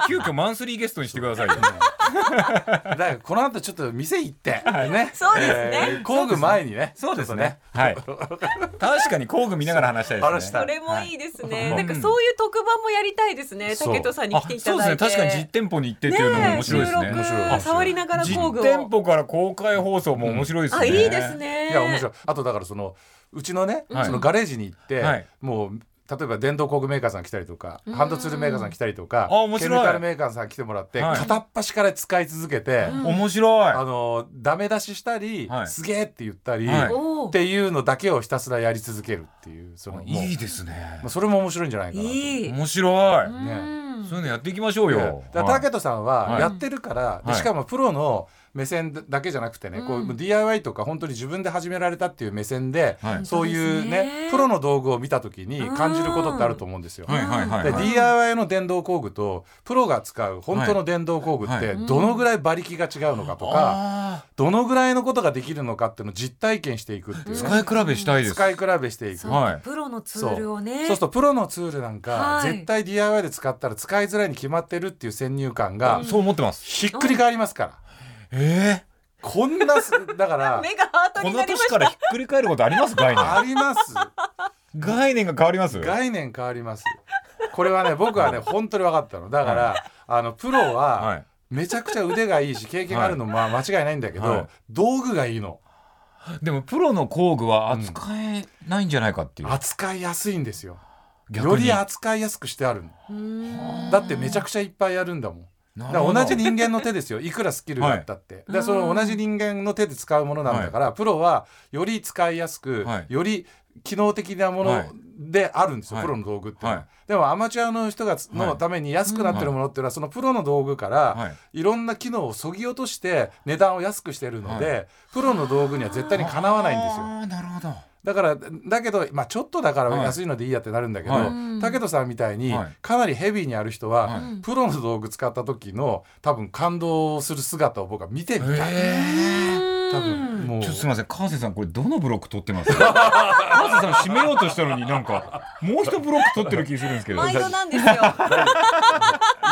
Speaker 3: ら急遽マンスリーゲストにしてくださいよ。
Speaker 1: だからこの後ちょっと店行ってね。
Speaker 4: そうですね
Speaker 1: えー工具前にね。
Speaker 3: そうです
Speaker 1: ちょっ
Speaker 3: ね。はい。確かに工具見ながら話したいですね。
Speaker 1: 話した
Speaker 4: それもいいですね、
Speaker 3: はい
Speaker 4: なんかそういう特番もやりたいですね
Speaker 1: そう
Speaker 4: 竹戸さんに
Speaker 3: あ
Speaker 4: 来てい
Speaker 3: そ
Speaker 4: た
Speaker 3: うです
Speaker 4: だ
Speaker 3: ね。
Speaker 4: いて
Speaker 3: 確かに実店舗に行ってっていうのも面白いで
Speaker 4: 収
Speaker 3: すね。
Speaker 1: 面白い面白
Speaker 4: 録
Speaker 1: い
Speaker 4: 触りながら工具
Speaker 3: 実
Speaker 4: を
Speaker 3: 店舗から公開放送も面白いですね。
Speaker 4: あいいです。ね
Speaker 1: とねいや面白い。あとだからそのうちのね、
Speaker 3: はい
Speaker 1: そのガレージに行って、
Speaker 3: はい
Speaker 1: もう。例えば電動工具メーカーさん来たりとかハンドツールメーカーさん来たりとか
Speaker 3: あ面
Speaker 1: ケ
Speaker 3: 白い
Speaker 1: ミカルメーカーさん来てもらって、
Speaker 3: はい
Speaker 1: 片っ端から使い続けて、
Speaker 3: 面白い。
Speaker 1: あのダメ出ししたり、
Speaker 3: はい
Speaker 1: すげえって言ったり、
Speaker 3: はい
Speaker 4: お
Speaker 1: っ
Speaker 4: ー
Speaker 1: ていうのだけをひたすらやり続けるっていうそのもう
Speaker 3: いいですね
Speaker 1: まあ。それも面白いんじゃないかなと
Speaker 4: いい、
Speaker 3: 面白い。
Speaker 4: うん
Speaker 3: そういうのやっていきましょうよ。
Speaker 1: だからタケトさんは
Speaker 3: はい
Speaker 1: やってるから、で
Speaker 3: はい
Speaker 1: しかもプロの目線だけじゃなくてね、こ
Speaker 4: う
Speaker 1: うん DIY とか本当に自分で始められたっていう目線で、
Speaker 3: はい
Speaker 1: そういう
Speaker 4: そうで
Speaker 1: ね
Speaker 4: すね
Speaker 1: プロの道具を見た時に感じることってあると思うんですよ。
Speaker 3: はいはいはい
Speaker 1: で
Speaker 3: はい
Speaker 1: DIY の電動工具とプロが使う本当の電動工具っ
Speaker 3: はいは
Speaker 1: て
Speaker 3: い
Speaker 1: どのぐらい馬力が違うのかとか、
Speaker 3: あ
Speaker 1: どのぐらいのことができるのかっていうのを実体験していくってい
Speaker 3: ー
Speaker 1: う、
Speaker 3: 使い比べしたいです。
Speaker 1: 使い比べしていく
Speaker 4: そう
Speaker 3: はい
Speaker 4: プロのツールをね
Speaker 1: そうするとプロのツールなんか
Speaker 4: はい
Speaker 1: 絶対 DIY で使ったら使いづらいに決まってるっていう先入観が
Speaker 3: そう思ってます。
Speaker 1: ひっくり返りますから
Speaker 3: え
Speaker 1: こん なすだから
Speaker 4: 目がハート
Speaker 3: えこ
Speaker 4: にな
Speaker 3: の
Speaker 4: りまし
Speaker 3: 年
Speaker 4: た
Speaker 3: からひっくり返ることあります 概
Speaker 1: あり
Speaker 3: 念。
Speaker 1: ます
Speaker 3: 概念が変わります。
Speaker 1: 概念変わりますこれはね僕はね本当に分かったのだから、あのプロ
Speaker 3: は。
Speaker 1: はいめちゃくちゃ腕がいいし経験があるのもまあ間違いないんだけど、
Speaker 3: はい
Speaker 1: 道具がいいの
Speaker 3: でもプロの工具は扱えないんじゃないかっていう。
Speaker 1: 扱いやすいんですよ
Speaker 3: 逆に
Speaker 1: より扱いやすくしてあるの
Speaker 4: うん
Speaker 1: だってめちゃくちゃいっぱいやるんだもん
Speaker 3: な
Speaker 1: だ
Speaker 3: る
Speaker 1: か
Speaker 3: ほ
Speaker 1: ら
Speaker 3: ど
Speaker 1: 同じ人間の手ですよい くらスキルがあったって、でその同じ人間の手で使うものなんだから、プロはより使いやすく、
Speaker 3: はい
Speaker 1: より機能的なものであるんですよ、
Speaker 3: はい
Speaker 1: プロの道具っていうのは、
Speaker 3: はい
Speaker 1: でもアマチュアの人がつ
Speaker 3: は
Speaker 1: の
Speaker 3: い
Speaker 1: ために安くなってるものっていうのはそのプロの道具から、、
Speaker 3: はい
Speaker 1: ろんな機能をそぎ落として値段を安くしてるので、
Speaker 3: は
Speaker 1: プロの道具には絶対にかなわないんですよ。
Speaker 3: あーなるほど。
Speaker 1: だからだけど、まあ、ちょっとだから
Speaker 3: はい
Speaker 1: 安いのでいいやってなるんだけど、
Speaker 3: はい
Speaker 1: 武人さんみたいに
Speaker 3: はい
Speaker 1: かなりヘビーにある人は、
Speaker 3: はい
Speaker 1: プロの道具使った時の多分感動する姿を僕は見てみたい、
Speaker 3: え
Speaker 1: 多分も
Speaker 3: え。
Speaker 1: う
Speaker 3: ちょっとすみません、川瀬さん、これどのブロック取っ てます。川瀬さん締めようとしたのに、なんか、もう一ブロック取ってる気するんですけど。
Speaker 4: 毎度なんですよ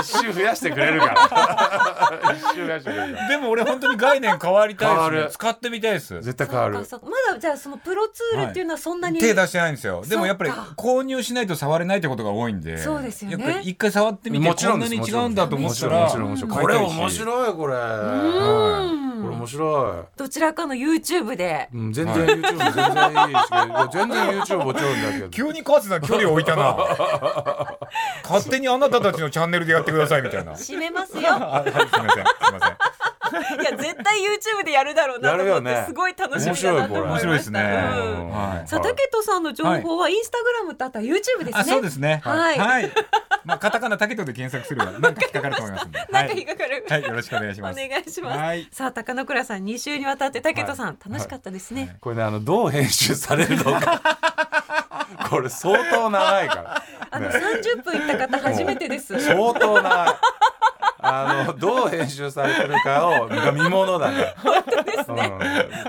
Speaker 1: 一周増やしてくれるから一周増やしてくれるから
Speaker 3: でも俺本当に概念変わりたい
Speaker 1: 変
Speaker 3: で
Speaker 1: わ
Speaker 3: す、
Speaker 1: る
Speaker 3: ね、使ってみたいです
Speaker 1: 絶対変わる
Speaker 4: そうかそうかまだじゃあそのプロツールっていうのはそんなに、
Speaker 3: 手出してないんですよでもやっぱり
Speaker 4: そっか
Speaker 3: 購入しないと触れないってことが多いんで
Speaker 4: そうですよね
Speaker 3: やっぱり一回触ってみて
Speaker 1: もち
Speaker 3: こ
Speaker 1: ろん
Speaker 3: ん
Speaker 1: で
Speaker 3: な
Speaker 1: す
Speaker 3: に違うんだと思ったら
Speaker 1: もちろんもちろんもちろんこれ面白いこれ、
Speaker 4: うん
Speaker 1: これ面白
Speaker 4: どちらかの YouTube で
Speaker 1: い、うん、全然 YouTube も全然いいしいや全然 YouTube もちろんだけど
Speaker 3: 急に川瀬さん距離を置いたな 勝手にあなたたちのチャンネルでやってくださいみたいなあはいす
Speaker 4: 締めますよ
Speaker 3: いませんすいません
Speaker 4: いや絶対 YouTube でやるだろうなと思
Speaker 1: や
Speaker 4: っ
Speaker 1: るよ
Speaker 4: て
Speaker 1: ね
Speaker 4: すごい楽しみだなと思いま
Speaker 3: 面
Speaker 4: した
Speaker 3: 白いですね、
Speaker 4: うん
Speaker 3: はい
Speaker 4: さあ竹人さんの情報はインスタグラムとあったら YouTube ですね
Speaker 3: あそうですね
Speaker 4: はい
Speaker 3: はい、まあカタカナタケトで検索すればなんか引っかかると思いますんで
Speaker 4: なんか引っかかる、
Speaker 3: はい、はい、よろしくお願いしま
Speaker 4: お
Speaker 3: す
Speaker 4: 願いします、
Speaker 3: はい
Speaker 4: さあ高野倉さん2週にわたって竹人さん、楽しかったですね、
Speaker 1: これねあのどう編集されるの かこれ相当長いか
Speaker 4: あ
Speaker 1: ら、
Speaker 4: の
Speaker 1: ね、
Speaker 4: 30分いった方初めてです
Speaker 1: 相当長いあのどう編集されてるかをが見ものだね
Speaker 4: 本当ですね、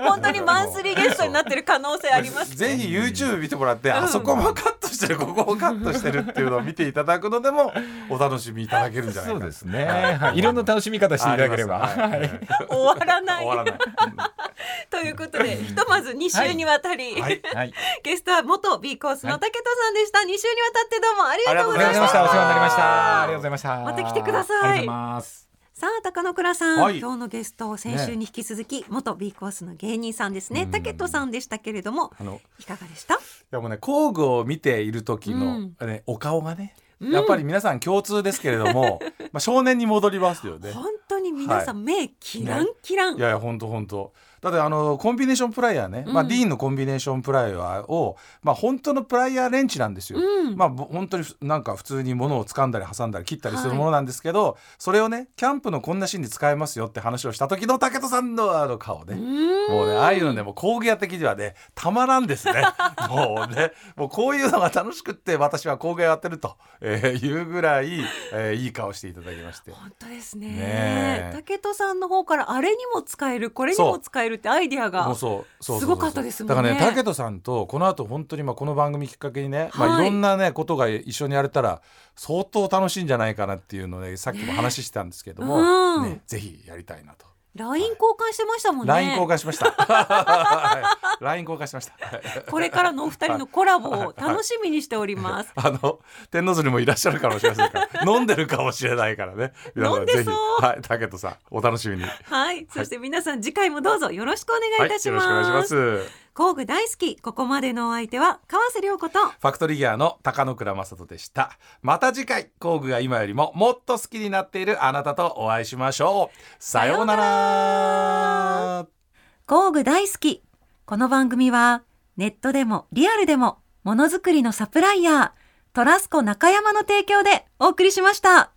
Speaker 1: う
Speaker 4: 本当にマンスリーゲストになってる可能性あります
Speaker 1: んぜひ YouTube 見てもらって、あそこもカットしてるここもカットしてるっていうのを見ていただくのでもお楽しみいただけるんじゃないか
Speaker 3: そう
Speaker 1: な
Speaker 3: ですね。はい、いろんな楽しみ方していただければ。
Speaker 1: ありますはい
Speaker 4: 終わらな
Speaker 1: 終
Speaker 4: い
Speaker 1: わらない
Speaker 4: ということでひとまず2週にわたり、
Speaker 1: はい
Speaker 3: はい、
Speaker 4: ゲストは元 B コースの竹人さんでした、2週にわたってどうもありがとう
Speaker 3: お
Speaker 4: ご
Speaker 3: 世
Speaker 4: ざ
Speaker 3: 話
Speaker 4: い
Speaker 3: になりま
Speaker 4: まし
Speaker 3: したた。お世話になりました。ありがとうございました。
Speaker 4: また来てください
Speaker 3: ありがとうございます。
Speaker 2: さあ高野倉さん、
Speaker 1: はい
Speaker 2: 今日のゲスト先週に引き続き、元 B コースの芸人さんですね竹人さんでしたけれども
Speaker 1: あの
Speaker 2: いかがでした
Speaker 1: でもね工具を見ている時の、ね、お顔がねやっぱり皆さん共通ですけれど も、まあ、少年に戻りますよね
Speaker 2: 本当に皆さん、目キランキラン、
Speaker 1: いやいや本当本当だってあのコンビネーションプライヤーね、まあ、ディーンのコンビネーションプライヤーを、まあ、本当のプライヤーレンチなんですよ、まあぼ本当にふなんか普通に物を掴んだり挟んだり切ったりするものなんですけど、それをねキャンプのこんなシーンで使えますよって話をした時の武人さんのあの顔ねもうねああいうのねもう工芸屋的にはねたまらんです ねもうねもうこういうのが楽しくって私は工芸をやってると、えーいうぐらい、えーいい顔していただきまして。
Speaker 2: 本当ですね
Speaker 1: ねえ
Speaker 2: 竹人さんの方からあれにも使えるこれにも使えるるってアイディア
Speaker 1: も
Speaker 2: が
Speaker 1: うそうそうそうそう
Speaker 2: すごかったですもんね
Speaker 1: だからね武人さんとこの後本当にまあこの番組きっかけにね、ま
Speaker 2: は
Speaker 1: あ、
Speaker 2: い
Speaker 1: いろんなねことが一緒にやれたら相当楽しいんじゃないかなっていうのでさっきも話してたんですけど
Speaker 2: ね
Speaker 1: も、
Speaker 2: うん
Speaker 1: ねぜひやりたいなと。
Speaker 2: LINE 交換してましたもんね
Speaker 1: LINE 交換しました。 はい LINE 交換しました。はい
Speaker 2: これからのお二人のコラボを楽しみにしております
Speaker 1: あの天王洲にもいらっしゃるかもしれませんから、飲んでるかもしれないからね。皆さ
Speaker 2: 飲んでそう
Speaker 1: ぜひはい、武人さんお楽しみに。は
Speaker 2: はい、そして皆さん次回もどうぞよろしくお願いい
Speaker 1: い、よ
Speaker 2: た
Speaker 1: ろし
Speaker 2: し
Speaker 1: くお
Speaker 2: ます。
Speaker 1: 願いします。フ
Speaker 2: 工具大好き、ここまでのお相手は川瀬良子と。
Speaker 1: ァクトリーギアの高野倉正人でした。また次回工具が今よりももっと好きになっているあなたとお会いしましょう。さようなら。
Speaker 2: 工具大好き。この番組はネットでもリアルでもものづくりのサプライヤー、トラスコ中山の提供でお送りしました。